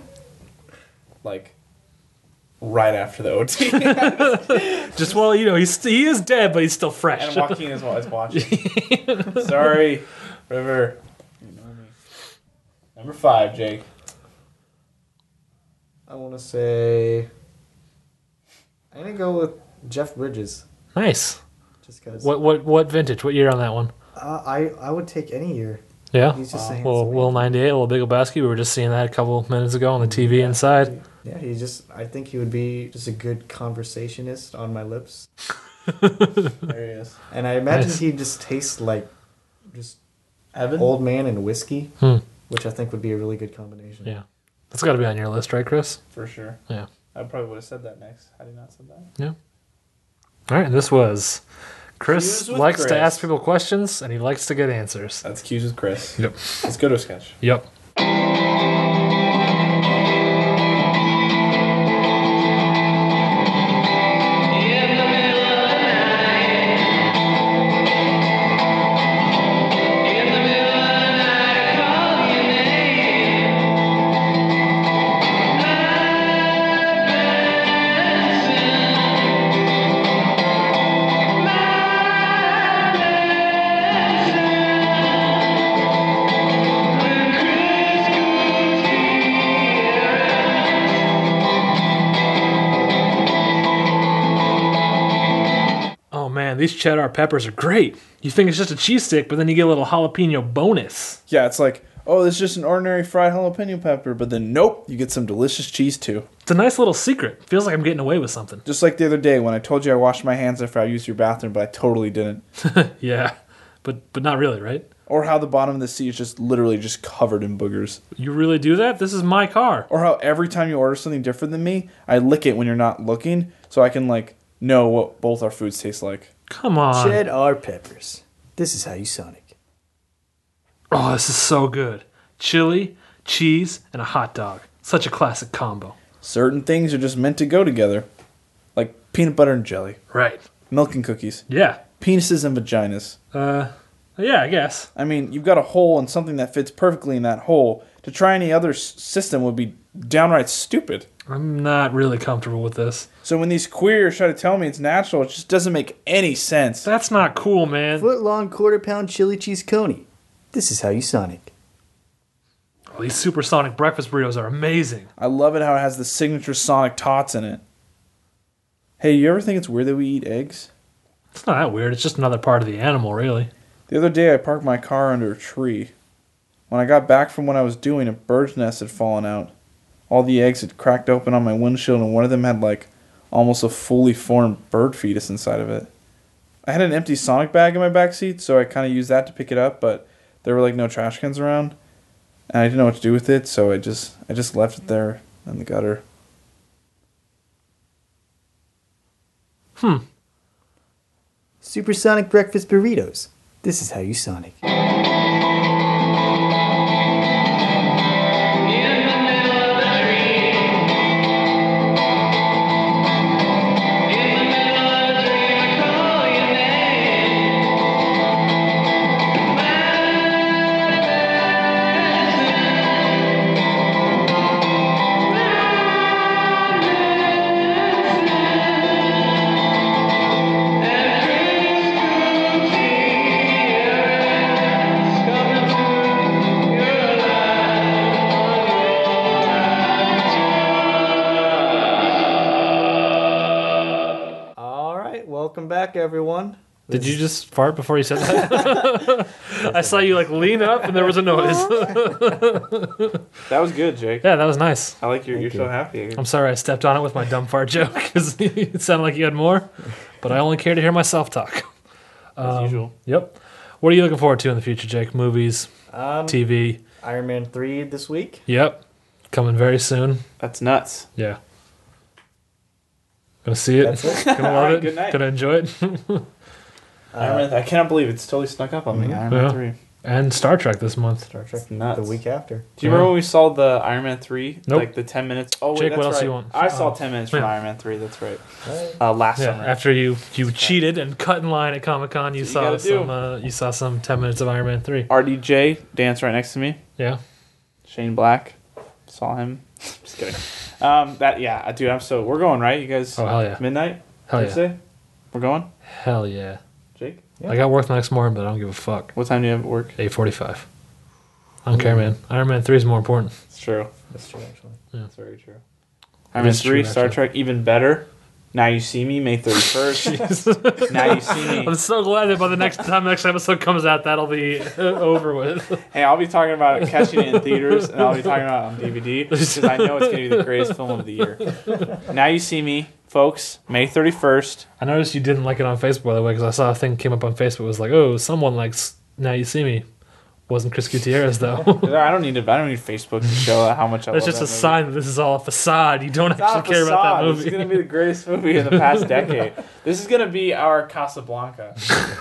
S1: Like, right after the OT,
S4: Just, well, you know, he's, he is dead, but he's still fresh.
S1: and Joaquin is, wa- is watching. Sorry, River. You know me. Number five, Jake.
S6: I want to say. I'm gonna go with Jeff Bridges.
S4: Nice.
S6: Just cause.
S4: What, what, what vintage? What year on that one?
S6: Uh, I I would take any year.
S4: Yeah.
S6: He's just saying
S4: Well,
S6: it's
S4: Will 98, Little Big Lebowski, we were just seeing that a couple minutes ago on the TV inside.
S6: Yeah, he just. I think he would be just a good conversationist on my lips,
S1: There he is.
S6: and I imagine
S4: Nice.
S6: he just tastes like just
S1: Evan.
S6: old man and whiskey,
S4: Hmm.
S6: which I think would be a really good combination.
S4: Yeah. That's got to be on your list, right, Chris?
S1: For sure.
S4: Yeah.
S1: I probably would have said that next. Had he not said that?
S4: All right, this was Chris
S1: Cues with
S4: likes
S1: Chris.
S4: to ask people questions and he likes to get answers.
S1: That's cues with Chris.
S4: Yep.
S1: Let's go to a sketch.
S4: Yep.
S8: Thank you
S4: Oh, man, these cheddar peppers are great. You think it's just a cheese stick, but then you get a little jalapeno bonus.
S10: Yeah, it's like, oh, this is just an ordinary fried jalapeno pepper, but then nope, you get some delicious cheese too.
S4: It's a nice little secret. Feels like I'm getting away with something.
S10: Just like the other day when I told you I washed my hands after I used your bathroom, but I totally didn't.
S4: Yeah, but but not really, right?
S10: Or how the bottom of the sea is just literally just covered in boogers.
S4: You really do that? This is my car.
S10: Or how every time you order something different than me, I lick it when you're not looking so I can like know what both our foods taste like.
S4: Come on.
S6: Shed our peppers. This is how you Sonic.
S4: Oh, this is so good. Chili, cheese, and a hot dog. Such a classic combo.
S10: Certain things are just meant to go together, like peanut butter and jelly,
S4: Right.
S10: milk and cookies,
S4: Yeah.
S10: penises and vaginas.
S4: Uh, yeah, I guess.
S10: I mean, you've got a hole and something that fits perfectly in that hole. To try any other s- system would be downright stupid.
S4: I'm not really comfortable with this.
S10: So when these queers try to tell me it's natural, it just doesn't make any sense.
S4: That's not cool, man.
S6: Foot long quarter pound chili cheese coney. This is how you Sonic.
S4: Oh, these supersonic breakfast burritos are amazing.
S10: I love it how it has the signature Sonic Tots in it. Hey, you ever think it's weird that we eat eggs?
S4: It's not that weird. It's just another part of the animal, really.
S10: The other day I parked my car under a tree. When I got back from what I was doing, a bird's nest had fallen out. All the eggs had cracked open on my windshield, and one of them had like almost a fully formed bird fetus inside of it. I had an empty Sonic bag in my back seat, so I kind of used that to pick it up, but there were like no trash cans around, and I didn't know what to do with it, so I just I just left it there in the gutter.
S6: Supersonic breakfast burritos. This is how you Sonic. All right, welcome back, everyone.
S4: Did you just fart before you said that? I saw you like lean up and there was a noise.
S1: That was good, Jake.
S4: yeah, that was nice.
S1: I like your. You're so happy.
S4: I'm sorry I stepped on it with my dumb fart joke because it sounded like you had more, but I only care to hear myself talk. Um,
S1: As usual.
S4: Yep. What are you looking forward to in the future, Jake? Movies,
S6: Um,
S4: TV.
S6: Iron Man 3 this week.
S4: Yep. Coming very soon.
S1: That's nuts.
S4: Yeah. Gonna see it. Gonna love
S1: Alright,
S4: it.
S1: good night.
S4: Gonna enjoy it.
S1: Iron
S6: Uh,
S1: Man, I cannot believe it's totally snuck up on me. Iron
S4: Yeah.
S1: Man three.
S4: and Star Trek this month.
S6: Star Trek.
S1: That's nuts.
S6: The week after.
S1: Do you remember when we saw the Iron Man three?
S4: Nope.
S1: Like the ten minutes. Oh wait,
S4: Jake,
S1: that's
S4: what else
S1: right.
S4: you want?
S1: I saw
S4: Oh.
S1: ten minutes from
S4: Yeah.
S1: Iron Man three. That's right. Uh, last
S4: Yeah,
S1: summer.
S4: after you you cheated and cut in line at Comic Con, you,
S1: That's what
S4: saw
S1: you gotta do.
S4: some uh, you saw some ten minutes of Iron Man three.
S1: RDJ dance right next to me.
S4: Yeah,
S1: Shane Black. Saw him. Just kidding. Um, that yeah, dude. I'm so we're going right. You guys.
S4: Oh, hell yeah.
S1: Midnight.
S4: hell yeah,
S1: Thursday? We're going.
S4: hell yeah.
S1: Jake.
S4: I got work the next morning, but I don't give a fuck.
S1: What time do you have at work?
S4: Eight forty five. I don't care, man. Iron Man three is more important.
S1: It's true.
S6: That's true, actually.
S1: That's very true. Iron Man
S4: is true,
S1: three. Star
S4: actually.
S1: Trek even better. Now you see me May thirty first. now you see me.
S4: I'm so glad that by the next time next episode comes out, that'll be uh, over with.
S1: Hey, I'll be talking about it, catching it in theaters, and I'll be talking about it on DVD because I know it's going to be the greatest film of the year. Now you see me, folks, May 31st.
S4: I noticed you didn't like it on Facebook by the way, because I saw a thing came up on Facebook. It was like, oh, someone likes Now You See Me. Wasn't Chris Gutierrez though?
S1: I don't need to, I don't need Facebook to show how much I
S4: That's
S1: love that
S4: just a
S1: movie.
S4: sign that this is all a facade. You don't
S1: It's not
S4: actually care about that movie.
S1: It's going to be the greatest movie in the past decade. This is going to be our Casablanca.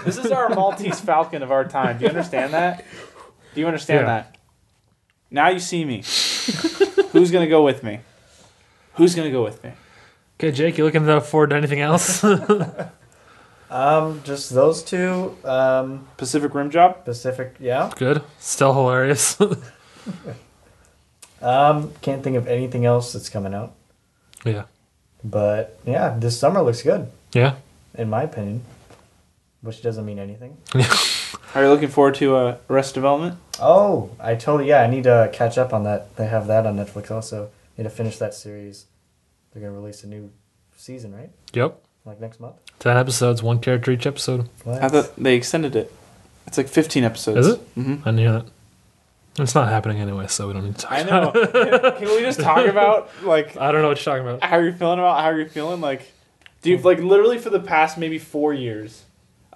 S1: This is our Maltese Falcon of our time. Do you understand that? Do you understand
S4: Yeah.
S1: that? Now you see me. Who's going to go with me? Who's going to go with me?
S4: Okay, Jake, you looking forward to anything else?
S6: Um, just those two. Um,
S1: Pacific Rim Job?
S6: Pacific. Yeah.
S4: Good. Still hilarious.
S6: Um, can't think of anything else that's coming out.
S4: yeah.
S6: But yeah, this summer looks good,
S4: Yeah.
S6: in my opinion. Which doesn't mean anything.
S1: Are you looking forward to uh, Arrest Development?
S6: Oh, I totally yeah. I need to catch up on that. They have that on Netflix also. Need to finish that series. They're gonna release a new season, right?
S4: Yep.
S6: Like next month?
S4: Ten episodes, one character each episode.
S1: I thought they extended it. It's like 15 episodes.
S4: Is it?
S1: Mm-hmm.
S4: I knew that. It's not happening anyway, so we don't need to talk.
S1: I know. Can we just talk about like
S4: I don't know what you're talking about.
S1: how you're feeling about how you're feeling? Like, dude, like literally for the past maybe four years,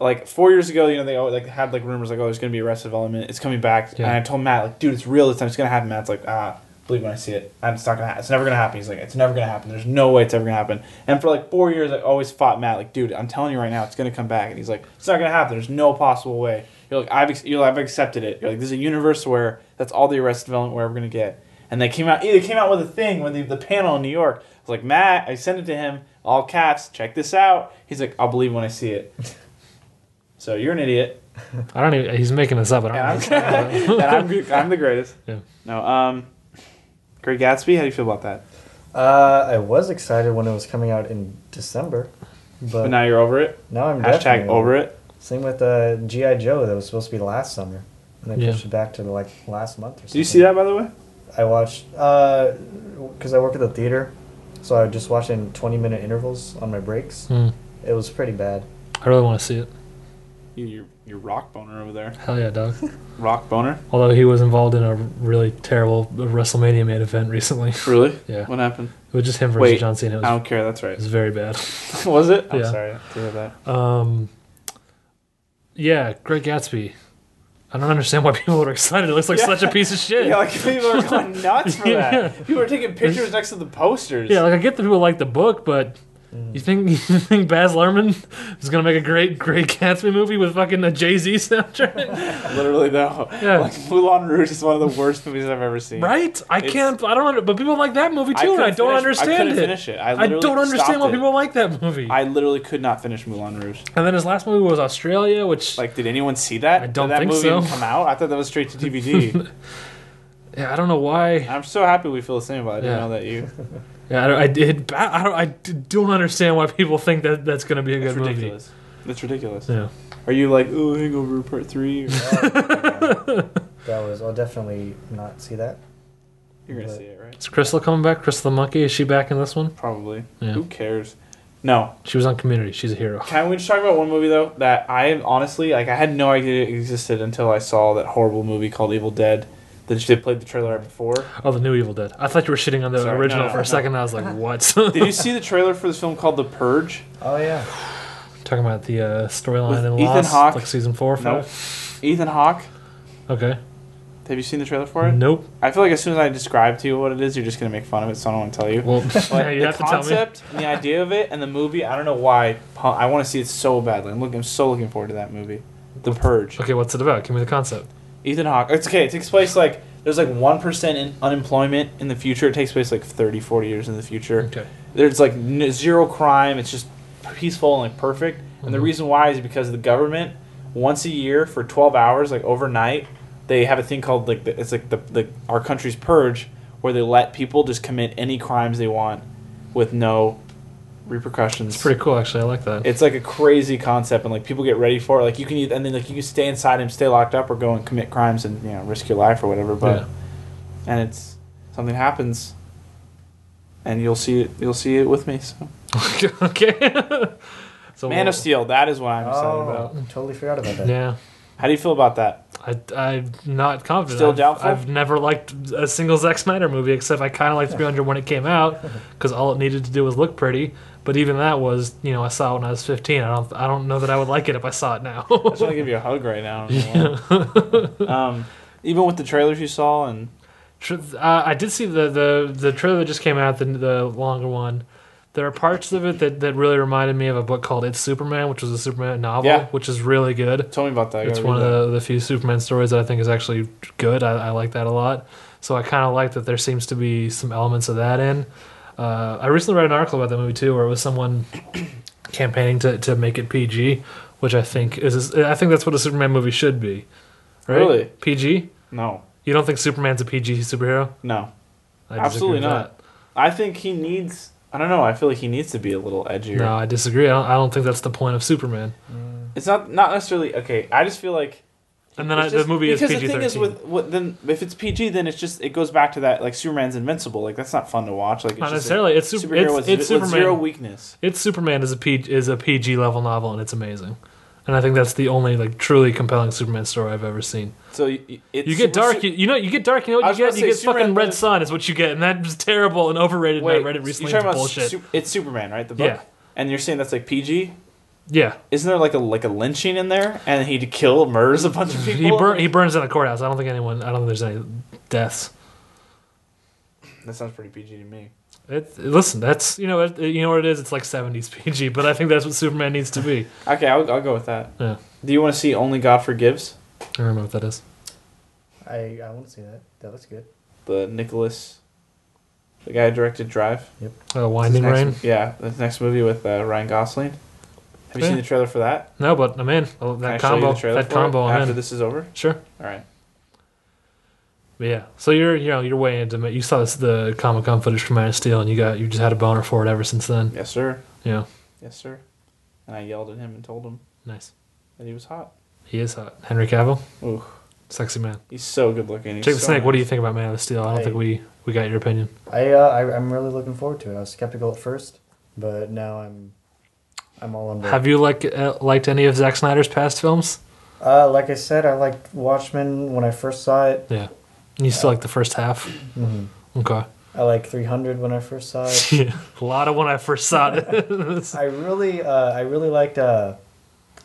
S1: like four years ago, you know they always, like had like rumors like oh there's gonna be Arrested Development, it's coming back,
S4: Yeah.
S1: and I told Matt like dude it's real this time it's gonna happen. Matt's like ah believe when I see it, I'm it's not gonna happen. It's never gonna happen. He's like it's never gonna happen. There's no way it's ever gonna happen. And for like four years I always fought Matt like dude I'm telling you right now it's gonna come back, and he's like it's not gonna happen. There's no possible way. You're like I've ex- you're like, I've accepted it. You're like there's a universe where that's all the Arrested Development we're ever gonna get. And they came out. They came out with a thing when they the panel in New York. I was like, Matt, I sent it to him. All caps. Check this out. He's like, I'll believe when I see it. So you're an idiot,
S4: I don't even. He's making this up. I don't know. what he's talking about.
S1: and I'm, gr- I'm the greatest.
S4: Yeah.
S1: No. Um. Great Gatsby. How do you feel about that?
S6: Uh, I was excited when it was coming out in December, but,
S1: But
S6: now,
S1: now you're over it.
S6: Uh, I'm
S1: Hashtag
S6: definitely
S1: over it.
S6: Same with uh, GI Joe that was supposed to be last summer, and they
S4: Yeah.
S6: pushed it back to like last month or something.
S1: Do you see that by the way?
S6: I watched because I work at the theater, so I would just watch in twenty minute intervals on my breaks.
S4: Hmm.
S6: It was pretty bad.
S4: I really want to see it.
S1: You, you're you're rock boner over there.
S4: Hell yeah, dog.
S1: Rock boner.
S4: Although he was involved in a really terrible WrestleMania main event recently. It
S1: Really?
S4: Yeah.
S1: What happened?
S4: was just him versus
S1: Wait, Oh.
S4: John Cena. It
S1: I
S4: was,
S1: don't care. That's right.
S4: it was very bad.
S1: was it? I'm
S4: Yeah.
S1: sorry to hear that.
S4: Um, yeah, Great Gatsby. I don't understand why people are excited. It looks like
S1: Yeah.
S4: such a piece of shit.
S1: Yeah, like people are going nuts for that.
S4: Yeah.
S1: People are taking pictures next to the posters.
S4: Yeah, like I get that people like the book, but
S1: Mm.
S4: you think you think Baz Luhrmann is gonna make a great Great Gatsby movie with fucking a Jay Z soundtrack?
S1: Literally though,
S4: Yeah.
S1: like Moulin Rouge is one of the worst movies I've ever seen.
S4: right? I
S1: It's-
S4: can't. I don't. Under, but people like that movie too, and I
S1: couldn't
S4: don't
S1: finish- I
S4: understand
S1: couldn't
S4: it.
S1: finish it. I,
S4: I
S1: literally
S4: don't understand
S1: stopped
S4: why
S1: it.
S4: people like that movie.
S1: I literally could not finish Moulin Rouge.
S4: and then his last movie was Australia, which
S1: Like, did anyone see that?
S4: I don't
S1: did that
S4: think
S1: movie
S4: so.
S1: even come out? I thought that was straight to DVD.
S4: yeah, I don't know why.
S1: I'm so happy we feel the same about it. I didn't
S4: Yeah.
S1: know that you.
S4: Yeah, I, don't, I did. I don't. I don't understand why people think that that's gonna be a
S1: It's
S4: good
S1: ridiculous. It's ridiculous.
S4: movie. Yeah.
S1: Are you like, oh, Hangover Part Three?
S6: That was I'll definitely not see that.
S1: You're gonna see it, right?
S4: Is Crystal coming back? Crystal the monkey? Is she back in this one?
S1: Probably.
S4: Yeah.
S1: Who cares? No,
S4: She was on Community. She's a hero.
S1: Can we just talk about one movie though that I am honestly like I had no idea it existed until I saw that horrible movie called Evil Dead that they played the trailer right before.
S4: Oh, the new Evil Dead. I thought you were shitting on the
S1: Sorry,
S4: original
S1: no, no,
S4: for
S1: no.
S4: a second. and I was like, what?
S1: Did you see the trailer for this film called The Purge?
S6: Oh yeah,
S4: Talking about the uh, storyline
S1: With
S4: in
S1: Ethan
S4: Lost,
S1: Hawke?
S4: like season four or
S1: Nope.
S4: five.
S1: Ethan Hawke.
S4: Okay.
S1: Have you seen the trailer for it?
S4: Nope.
S1: I feel like as soon as I describe to you what it is, you're just gonna make fun of it, so I don't want to tell you.
S4: Well,
S1: But
S4: now you
S1: the
S4: have to tell me.
S1: concept and the idea of it and the movie, I don't know why. pu- I want to see it so badly. I'm looking, I'm so looking forward to that movie, The Purge.
S4: Okay, what's it about? Give me the concept.
S1: Ethan Hawke. It's okay. It takes place like there's like one percent in unemployment in the future. It takes place like 30, 40 years in the future.
S4: Okay.
S1: there's like n- zero crime. It's just peaceful and like perfect. And the
S4: Mm-hmm.
S1: reason why is because the government once a year for 12 hours, like overnight, they have a thing called like the, it's like the, the our country's purge, where they let people just commit any crimes they want with no repercussions.
S4: It's pretty cool, actually. I like that.
S1: It's like a crazy concept, and like people get ready for it. Like you can, either, and then like you can stay inside and stay locked up, or go and commit crimes and you know risk your life or whatever. But
S4: Yeah.
S1: and it's something happens, and you'll see it. You'll see it with me. So.
S4: okay. so
S1: Man of Steel. That is what I'm excited
S6: oh,
S1: about.
S6: totally forgot about that.
S4: Yeah.
S1: How do you feel about that?
S4: I, I'm not confident.
S1: Still
S4: I've,
S1: doubtful?
S4: I've never liked a single Zack Snyder movie except I kind of liked 300 when it came out because all it needed to do was look pretty. But even that was, you know, I saw it when I was 15. I don't, I don't know that I would like it if I saw it now.
S1: I just want to give you a hug right now. um, even with the trailers you saw, and
S4: Tr- uh, I did see the, the the trailer that just came out, the the longer one. There are parts of it that, that really reminded me of a book called It's Superman, which was a Superman novel,
S1: Yeah.
S4: which is really good.
S1: tell me about that. I
S4: It's
S1: gotta
S4: one
S1: read that.
S4: of the, the few Superman stories that I think is actually good. I, I like that a lot. So I kind of like that there seems to be some elements of that in. Uh, I recently read an article about that movie too, where it was someone campaigning to, to make it PG, which I think is I think that's what a Superman movie should be. Right?
S1: Really?
S4: PG?
S1: no,
S4: You don't think Superman's a PG superhero?
S1: no.
S4: I
S1: Absolutely
S4: disagree with
S1: not. I think he needs. I don't know. I feel like he needs to be a little edgier.
S4: that. No, I disagree. I don't, I don't think that's the point of Superman.
S1: It's not not necessarily okay. I just feel like
S4: And then I,
S1: It's
S4: the
S1: just-
S4: movie is
S1: because
S4: PG
S1: the thing is
S4: thirteen.
S1: with what then if it's PG then it's just it goes back to that like Superman's invincible like that's not fun to watch like it's
S4: Not
S1: just a
S4: necessarily. It's super-
S1: superhero
S4: it's-
S1: with,
S4: it's
S1: with
S4: Superman.
S1: zero weakness.
S4: It's Superman is a P, is a PG level novel and it's amazing, and I think that's the only like truly compelling Superman story I've ever seen.
S1: So y- it's
S4: You get
S1: super-
S4: dark, you, you know. You get dark. You know
S1: I
S4: what
S1: was
S4: you
S1: about
S4: get.
S1: to
S4: You
S1: say
S4: get
S1: Superman,
S4: fucking
S1: but
S4: Red
S1: it's-
S4: Sun is what you get, and that was terrible and overrated.
S1: Wait,
S4: and I read it recently.
S1: You're talking
S4: it's
S1: about
S4: bullshit.
S1: Su- it's Superman, right? The book.
S4: Yeah.
S1: And you're saying that's like PG?
S4: yeah.
S1: Isn't there like a like a lynching in there? And he kill murders a bunch of people.
S4: He burn, he burns down the courthouse. I don't think anyone. I don't think there's any deaths.
S1: that sounds pretty PG to me.
S4: It, listen, that's you know it, you know what it is. It's like 70s PG, but I think that's what Superman needs to be.
S1: Okay, I'll, I'll go with that.
S4: Yeah.
S1: Do you want to see Only God Forgives?
S4: I don't remember what that is.
S6: I, I want to see that. That looks good.
S1: The Nicholas, the guy who directed Drive.
S4: Uh,
S1: His
S4: Winding
S1: next-
S4: Rain.
S1: Yeah, the next movie with uh, Ryan Gosling. Have you
S4: Yeah.
S1: seen the trailer for that?
S4: No, but I'm in. Oh,
S1: Can I
S4: that
S1: show you
S4: combo.
S1: the trailer
S4: That
S1: for it
S4: combo. I'm
S1: After
S4: in.
S1: this is over.
S4: Sure.
S1: All right.
S4: But yeah. So you're you know you're way into it. You saw this, the Comic Con footage from Man of Steel, and you got you just had a boner for it ever since then.
S1: Yes, sir.
S4: Mm. Yeah.
S1: Yes, sir. And I yelled at him and told him
S4: Nice.
S1: that he was hot.
S4: He is hot. Henry Cavill.
S1: Ooh.
S4: Sexy man.
S1: He's so good looking. He's
S4: Jake the
S1: so
S4: Snake. What do you
S1: nice.
S4: think about Man of Steel? I don't
S6: Hey.
S4: think we we got your opinion.
S6: I, uh, I I'm really looking forward to it. I was skeptical at first, but now I'm I'm all on board.
S4: Have you like uh, liked any of Zack Snyder's past films?
S6: Uh, like I said, I liked Watchmen when I first saw it.
S4: Yeah. You still like the first half? Mm-hmm.
S6: hmm
S4: Okay.
S6: I liked 300 when I first saw
S1: Uh,
S6: it.
S4: Yeah. A lot of when I first saw it.
S6: I really uh, I really liked uh,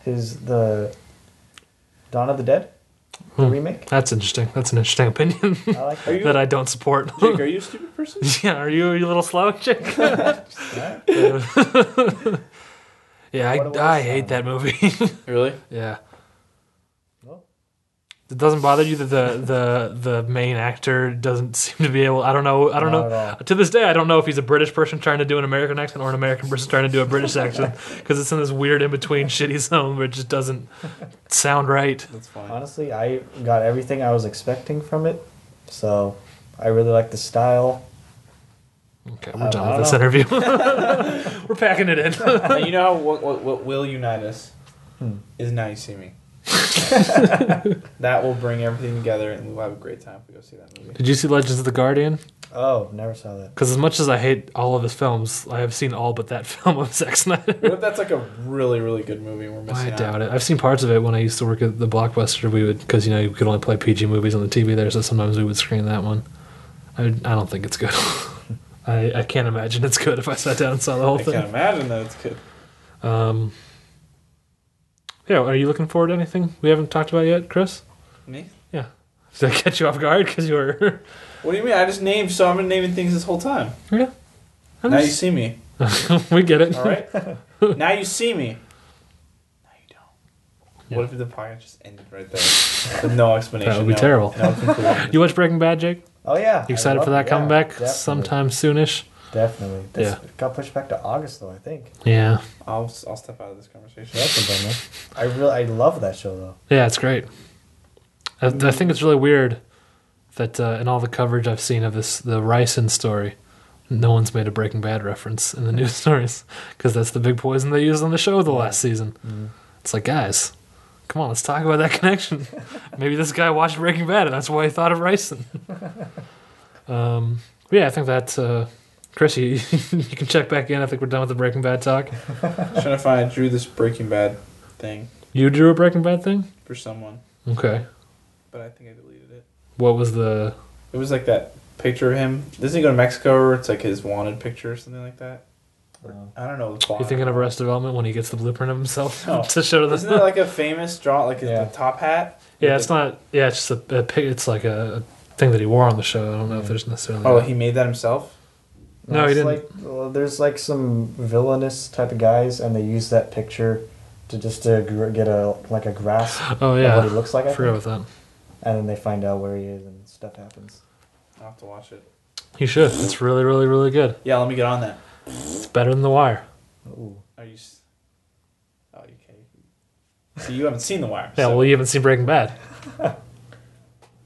S6: his the Dawn of the Dead the
S4: Hmm.
S6: remake.
S4: That's interesting. That's an interesting opinion
S6: I like that.
S1: Are you-
S4: that I don't support.
S1: Jake, are you a stupid person?
S4: yeah, are you, are you a little slow, chick? yeah,
S6: What a
S4: I, I
S6: waste
S4: hate that movie.
S1: really?
S4: yeah.
S6: Well.
S4: It doesn't bother you that the, the the main actor doesn't seem to be able. I don't know. I don't
S6: Not
S4: know.
S6: at all.
S4: To this day, I don't know if he's a British person trying to do an American accent or an American person trying to do a British accent because it's in this weird in between shitty zone where it just doesn't sound right.
S1: That's fine.
S6: Honestly, I got everything I was expecting from it, so I really like the style.
S4: Okay,
S6: I-
S4: we're done
S6: I
S4: with this interview. we're packing it in.
S1: and you know how what, what, what will unite us is now you see me. that will bring everything together, and we'll have a great time if we go see that movie.
S4: Did you see Legends of the Guardian?
S6: Oh, never saw that.
S4: Because as much as I hate all of his films, I have seen all but that film of Zack
S1: What
S4: Snyder.
S1: if that's like a really, really good movie and we're missing
S4: I
S1: out?
S4: doubt it. I've seen parts of it when I used to work at the Blockbuster. We would, because you know, you could only play PG movies on the TV there, so sometimes we would screen that one. I, would- I don't think it's good. I, I can't imagine it's good if I sat down and saw the whole
S1: I can't
S4: thing.
S1: imagine that it's good.
S4: Um, yeah, are you looking forward to anything we haven't talked about yet, Chris?
S1: Me?
S4: Yeah. Did I catch you off guard because you were?
S1: What do you mean? I just named, so I've been naming things this whole time.
S4: yeah. I'm
S1: Now you
S4: just-
S1: see me.
S4: we get it.
S1: All right. now you see me. Now you don't. What if the podcast just ended right there with no explanation?
S4: That would be
S1: no-
S4: terrible.
S1: no conclusion?
S4: You watch Breaking Bad, Jake?
S6: Oh yeah,
S4: You excited
S6: I
S4: for
S6: love
S4: that
S6: it,
S4: coming
S6: yeah,
S4: back
S6: definitely,
S4: sometime soonish?
S6: Definitely. This
S4: Yeah.
S6: got pushed back to August though. I think
S4: Yeah.
S1: I'll, I'll step out of this conversation.
S6: that's a bummer. I really I love that show though.
S4: Yeah, it's great. I, I think it's really weird that uh, in all the coverage I've seen of this, the ricin story, no one's made a Breaking Bad reference in the news stories because that's the big poison they used on the show the last season. It's like, guys, come on, let's talk about that connection. Maybe this guy watched Breaking Bad and that's why he thought of ricin. um, but yeah, I think that's. Uh, Chris, you, you can check back in. I think we're done with the Breaking Bad talk.
S1: I'm trying to find. I drew this Breaking Bad thing
S4: You drew a Breaking Bad thing?
S1: for someone,
S4: Okay.
S1: but I think I deleted it.
S4: What was the
S1: It was like that picture of him. Doesn't he go to Mexico or it's like his wanted picture or something like that?
S6: Oh.
S1: I don't know. the
S4: You
S1: plot.
S4: thinking of Arrest Development when he gets the blueprint of himself
S1: No.
S4: to show to
S1: Isn't
S4: the?
S1: there like a famous draw, like
S6: Yeah.
S1: the top hat?
S4: Yeah, it's not. Yeah, it's just a, a pic. It's like a thing that he wore on the show. I don't know if there's necessarily.
S1: Oh, he made that himself.
S4: No, he
S6: it's
S4: didn't.
S6: Like, well, there's like some villainous type of guys, and they use that picture to just to gr- get a like a grasp
S4: Oh
S6: of what
S4: yeah,
S6: he looks like.
S4: I
S6: I
S4: forgot
S6: think.
S4: about that.
S6: And then they find out where he is, and stuff happens.
S1: I'll have to watch it.
S4: You should. It's really, really, really good.
S1: Yeah, let me get on that.
S4: It's better than The Wire.
S6: Ooh.
S1: Are you? s- Oh, you okay? See, you haven't seen The Wire.
S4: Yeah,
S1: so-
S4: well, you haven't seen Breaking Bad.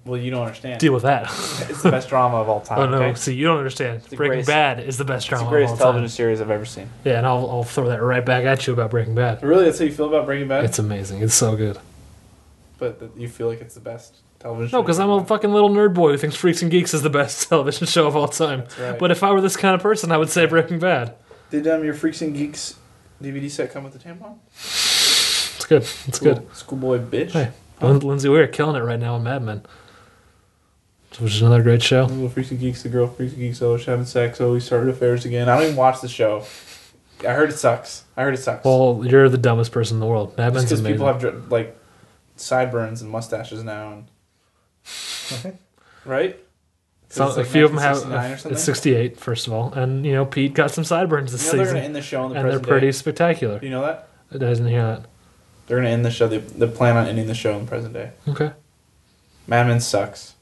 S1: well, you don't understand.
S4: Deal with that.
S1: It's the best drama of all time.
S4: oh no,
S1: Ah, okay?
S4: see, you don't understand.
S1: the
S4: Breaking
S1: greatest-
S4: Bad is the best
S1: It's
S4: drama
S1: the
S4: of all
S1: greatest television
S4: time.
S1: series I've ever seen.
S4: Yeah, and I'll, I'll throw that right back at you about Breaking Bad.
S1: Really, that's how you feel about Breaking Bad?
S4: It's amazing. It's so good.
S1: but that you feel like it's the best television
S4: No, because I'm a fucking little nerd boy who thinks Freaks and Geeks is the best television show of all time.
S1: right.
S4: But if I were this kind of person, I would say Breaking Bad.
S1: Did um, your Freaks and Geeks DVD set come with a tampon?
S4: It's good. It's good.
S1: Schoolboy bitch.
S4: Hey, Lin- Lindsay, we are killing it right now on Mad Men, which is another great show.
S1: Little Freaks and Geeks, the girl Freaks and Geeks always having sex, always started affairs again. I don't even watch the show. I heard it sucks. I heard it sucks.
S4: Well, you're the dumbest person in the world. Mad
S1: Just
S4: Men's
S1: because
S4: amazing.
S1: people have dr- like sideburns and mustaches now, and right?
S4: Some,
S1: It's
S4: a
S1: like
S4: few of them have.
S1: 1969 or something?
S4: It's 68, first of all, and you know Pete got some sideburns this
S1: You know they're
S4: season,
S1: gonna end the show in the
S4: and they're
S1: present
S4: pretty
S1: day.
S4: spectacular.
S1: Do you know that
S4: I didn't hear that.
S1: they're gonna end the show? They, they plan on ending the show in the present day.
S4: Okay.
S1: Mad Men sucks.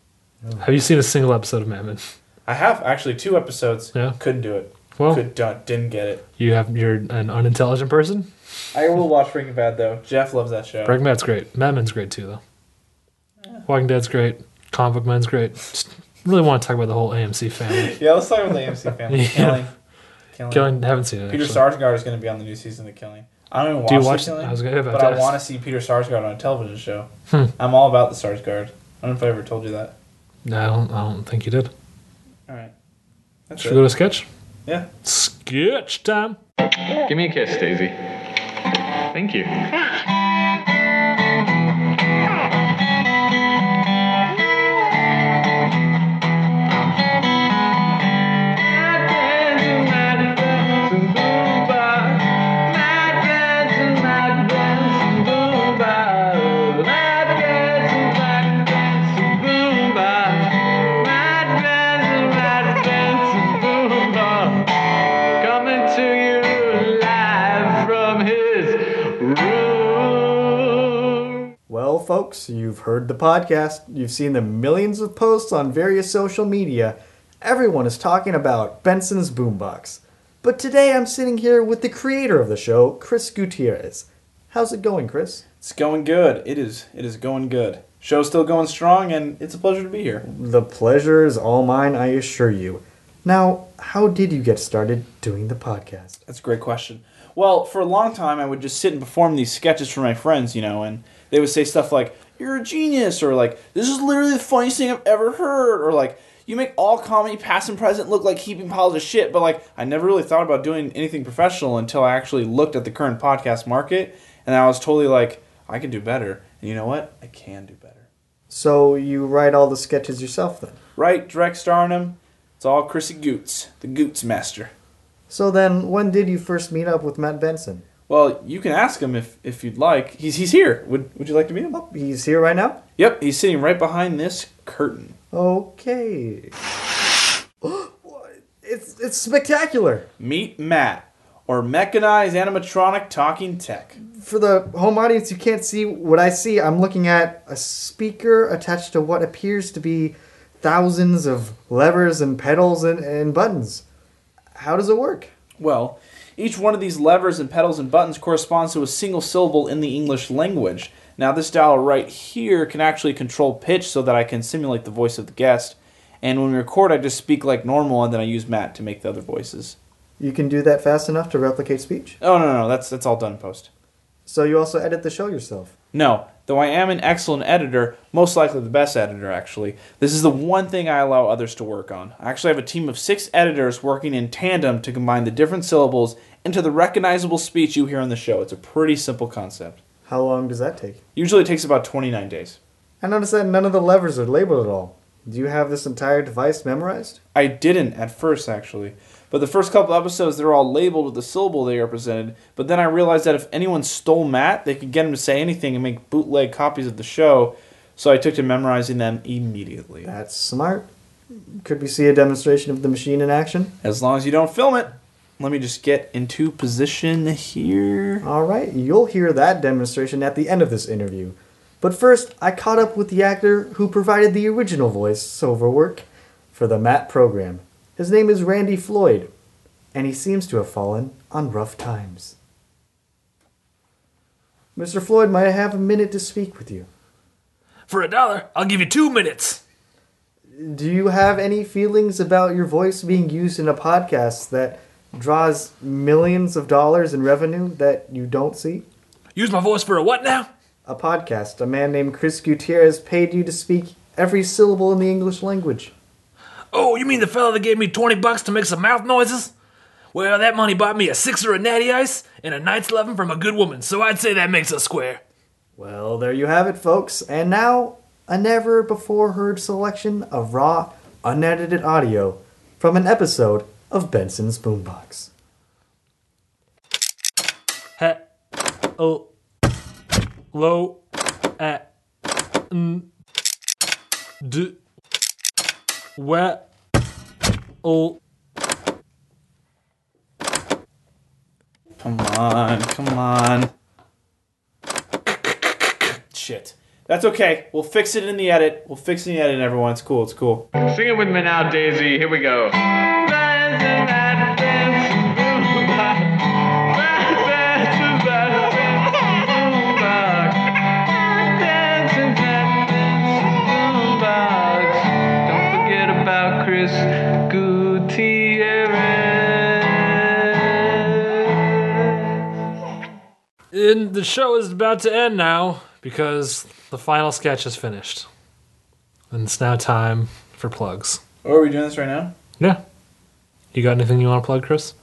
S4: Have you seen a single episode of Mad Men?
S1: I have actually two episodes.
S4: Yeah.
S1: Couldn't do it.
S4: Well-
S1: Could don't, didn't get it.
S4: You have. You're an unintelligent person.
S1: I will watch Breaking Bad though. Jeff loves that show.
S4: Breaking Bad's great. Mad Men's great too, though. Walking Dead's great. Comic Book Men's great. Just really want to talk about the whole AMC family.
S1: yeah, let's talk about the AMC family.
S4: Yeah.
S1: Killing. Killing.
S4: Killing. Haven't seen it.
S1: Peter
S4: actually.
S1: Sarsgaard is going to be on the new season of The Killing. I don't even watch,
S4: Do you watch-
S1: The Killing,
S4: I was gonna- about
S1: but
S4: to
S1: I
S4: ask.
S1: want to see Peter Sarsgaard on a television show.
S4: Hmm.
S1: I'm all about the Sarsgaard. I don't know if I ever told you that.
S4: No, I don't. I don't think you did.
S1: All right. That's
S4: Should we go
S1: it.
S4: to sketch?
S1: Yeah.
S4: Sketch time.
S11: Give me a kiss, Daisy. Thank you. Coming to you live from his
S6: Well, folks, you've heard the podcast. You've seen the millions of posts on various social media. Everyone is talking about Benson's boombox. But today I'm sitting here with the creator of the show, Chris Gutierrez. How's it going, Chris?
S1: It's going good. It is. It is going good. Show's still going strong, and it's a pleasure to be here.
S6: The pleasure is all mine, I assure you. Now, how did you get started doing the podcast?
S1: That's a great question. Well, for a long time, I would just sit and perform these sketches for my friends, you know, and they would say stuff like, You're a genius, or like, This is literally the funniest thing I've ever heard, or like, You make all comedy, past and present, look like heaping piles of shit. But like, I never really thought about doing anything professional until I actually looked at the current podcast market, and I was totally like, I can do better. And you know what? I can do better.
S6: So, you write all the sketches yourself then?
S1: Right? Direct starring him. It's all Chrissy Goots, the Goots master.
S6: So, then when did you first meet up with Matt Benson?
S1: Well, you can ask him if, if you'd like. He's he's here. Would would you like to meet him?
S6: He's here right now?
S1: Yep, he's sitting right behind this curtain.
S6: Okay. it's it's spectacular.
S1: Meet Matt, or mechanized animatronic talking tech.
S6: For the home audience, you can't see what I see. I'm looking at a speaker attached to what appears to be thousands of levers and pedals and, and buttons. How does it work?
S1: Well, each one of these levers and pedals and buttons corresponds to a single syllable in the English language. Now, this dial right here can actually control pitch so that I can simulate the voice of the guest. And when we record, I just speak like normal, and then I use Matt to make the other voices.
S6: You can do that fast enough to replicate speech.
S1: Oh no, no, no, that's that's all done in post.
S6: So you also edit the show yourself.
S1: No, though I am an excellent editor, most likely the best editor actually, this is the one thing I allow others to work on. I actually have a team of six editors working in tandem to combine the different syllables into the recognizable speech you hear on the show. It's a pretty simple concept.
S6: How long does that take?
S1: Usually it takes about 29 days.
S6: I noticed that none of the levers are labeled at all. Do you have this entire device memorized?
S1: I didn't at first actually, but the first couple episodes they're all labeled with the syllable they represented, but then I realized that if anyone stole Matt, they could get him to say anything and make bootleg copies of the show, so I took to memorizing them immediately.
S6: That's smart. Could we see a demonstration of the machine in action?
S1: As long as you don't film it. Let me just get into position here.
S6: All right, you'll hear that demonstration at the end of this interview. But first, I caught up with the actor who provided the original voice over work for the Matt program. His name is Randy Floyd, and he seems to have fallen on rough times. Mr. Floyd might have a minute to speak with you.
S4: For a dollar, I'll give you two minutes.
S6: Do you have any feelings about your voice being used in a podcast that draws millions of dollars in revenue that you don't see?
S4: Use my voice for a what now?
S6: a podcast. A man named Chris Gutierrez paid you to speak every syllable in the English language.
S4: Oh, you mean the fella that gave me 20 bucks to make some mouth noises? Well, that money bought me a sixer of natty ice and a night's loving from a good woman, so I'd say that makes us square.
S6: Well, there you have it, folks. And now, a never before heard selection of raw, unedited audio from an episode of Benson's Boombox.
S4: He, oh, low, at, e, n, d, wet, oh.
S10: Come on, come on.
S1: Shit. That's okay. We'll fix it in the edit. We'll fix it in the edit, everyone. It's cool. It's cool.
S12: Sing it with me now, Daisy. Here we go. Don't forget about Chris
S4: And the show is about to end now because the final sketch is finished. And it's now time for plugs.
S10: Oh, are we doing this right now?
S4: Yeah. You got anything you want to plug, Chris?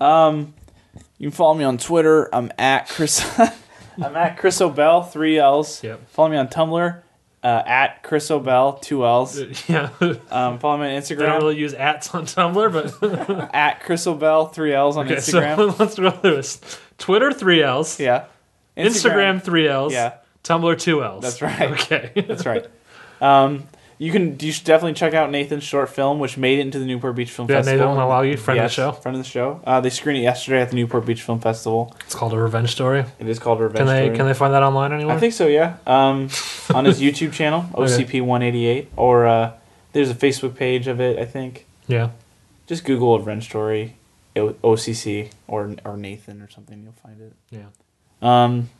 S1: Um, you can follow me on Twitter. I'm at Chris. I'm at Chris O'Bell, three L's. Yep. Follow me on Tumblr. Uh, at Chris O'Bell, two L's.
S4: Uh, Yeah.
S1: Um, follow me on Instagram.
S4: They don't really use ats on Tumblr, but
S1: at Chris O'Bell, three L's on
S4: okay,
S1: Instagram.
S4: so let's go through this. Twitter three L's.
S1: Yeah.
S4: Instagram, three L's.
S1: Yeah.
S4: Tumblr two L's.
S1: That's right.
S4: Okay.
S1: That's right. Um, you can you should definitely check out Nathan's short film, which made it into the Newport Beach Film
S4: Yeah,
S1: Festival.
S4: Nathan Malawi, friend of the show.
S1: friend of the show. Uh, they screened it yesterday at the Newport Beach Film Festival.
S4: It's called a revenge story.
S1: It is called a revenge.
S4: Can they
S1: Story.
S4: can they find that online anywhere?
S1: I think so. Yeah. Um, on his YouTube channel,
S4: Okay.
S1: OCP one eighty eight, or uh, there's a Facebook page of it. I think.
S4: Yeah.
S1: Just Google Revenge Story, O- OCC, or or Nathan or something. You'll find it.
S4: Yeah.
S1: Um,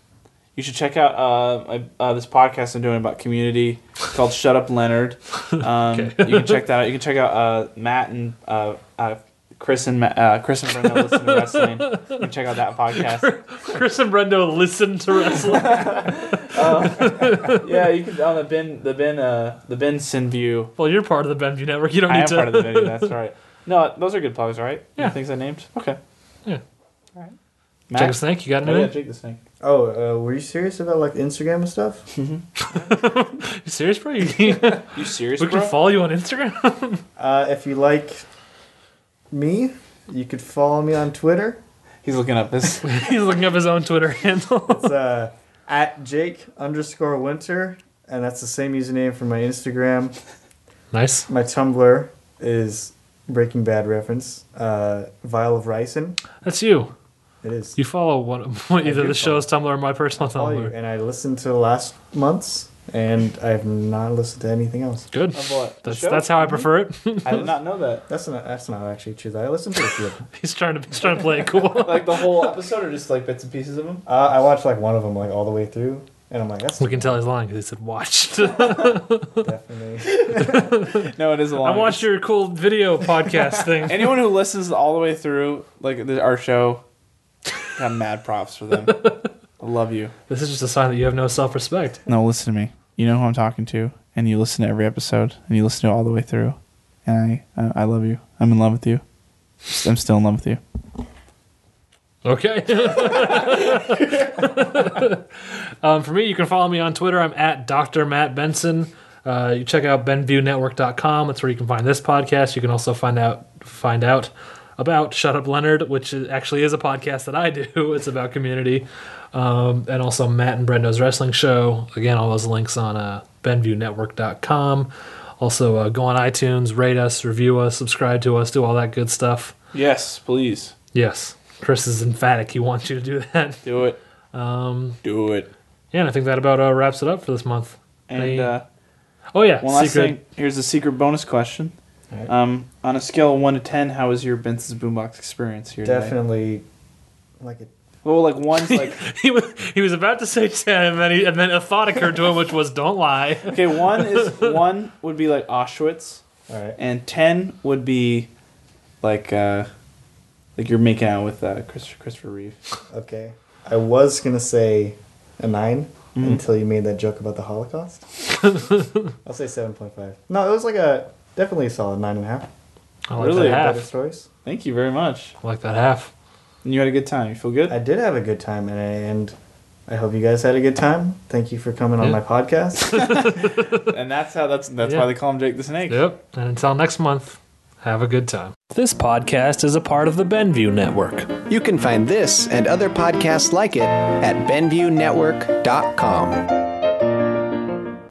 S1: you should check out uh, uh, this podcast I'm doing about community It's called Shut Up Leonard. Um, you can check that out. You can check out uh, Matt and uh, uh, Chris and Ma- uh, Chris and Brenda listen to wrestling. You can check out that podcast.
S4: Chris and Brendo listen to wrestling.
S1: Um, yeah, you can on the Ben the Ben uh, the Ben Sinview.
S4: well, you're part of the Benview Network. You don't
S1: I
S4: need
S1: am
S4: to.
S1: part of the venue. That's right. No, those are good plugs, right?
S4: Yeah.
S1: the things I named. Okay.
S4: Yeah.
S1: All right.
S4: Jake the Snake, you got
S1: Oh, yeah,
S4: anything?
S1: Jake the Snake.
S6: Oh, uh, were you serious about like Instagram and stuff?
S4: you serious, bro? You,
S1: You serious,
S4: we
S1: bro?
S4: can follow you on Instagram.
S6: uh, if you like me, you could follow me on Twitter.
S1: He's looking up this.
S4: He's looking up his own Twitter handle.
S6: It's uh, at Jake underscore Winter, and that's the same username for my Instagram.
S4: nice.
S6: My Tumblr is Breaking Bad reference. Uh, Vial of Ricin.
S4: That's you.
S6: It is.
S4: You follow one one- either the show's Tumblr or my personal
S6: Follow you,
S4: Tumblr.
S6: and I listened to last month's, and I have not listened to anything else.
S4: Good.
S1: Of what? The
S4: That's
S1: show? Mm-hmm.
S4: that's how I prefer it.
S1: I did not know that.
S6: That's not. That's not actually true. though. I listened to a few. of them.
S4: he's trying to he's trying to play it cool.
S1: Like the whole episode, or just like bits and pieces of them.
S6: Uh, I watched like one of them like all the way through, and I'm like, that's
S4: We can tell he's lying because he said watched.
S6: definitely.
S1: No, it is a long.
S4: I watched your cool video podcast thing.
S1: Anyone who listens all the way through, like the, our show, got mad props for them. I love you.
S4: This is just a sign that you have no self respect.
S10: No, listen to me. You know who I'm talking to, and you listen to every episode, and you listen to it all the way through. And I, I, I love you. I'm in love with you. I'm still in love with you.
S4: Okay. um, for me, you can follow me on Twitter. I'm at Dr. Matt Benson. Uh, you check out BenviewNetwork.com. That's where you can find this podcast. You can also find out find out about Shut Up Leonard, which is, actually is a podcast that I do. It's about community, um, and also Matt and Brendo's wrestling show. Again, all those links on uh, BenviewNetwork.com. Also, uh, go on iTunes, rate us, review us, subscribe to us, do all that good stuff.
S1: Yes, please
S4: Yes, Chris is emphatic. He wants you to do that.
S1: do it.
S4: Um,
S1: Do it.
S4: yeah, and I think that about uh, wraps it up for this month.
S1: And
S4: Hey.
S1: uh,
S4: Oh yeah,
S1: one last
S4: secret.
S1: thing. Here's a secret bonus question. Um, on a scale of one to ten, how was your Benson's Boombox experience here? today?
S6: definitely, like it.
S1: Well, like one's like
S4: He was he was about to say ten, and then he, and then a thought occurred to him, which was don't lie.
S1: okay. One is one would be like Auschwitz,
S6: All right.
S1: and ten would be like uh, like you're making out with uh, Christopher Christopher Reeve.
S6: Okay. I was gonna say a nine, until you made that joke about the Holocaust. I'll say seven point five. No, it was like a definitely a solid nine and a half.
S4: I like that half.
S6: better choice.
S1: Thank you very much.
S4: I like that half.
S1: And you had a good time. You feel good?
S6: I did have a good time, and I, and I hope you guys had a good time. Thank you for coming on my podcast.
S1: and that's how that's that's
S4: Yeah.
S1: why they call him Jake the Snake.
S4: Yep. And until next month, have a good time. This podcast is a part of the Benview Network.
S5: You can find this and other podcasts like it at BenviewNetwork.com.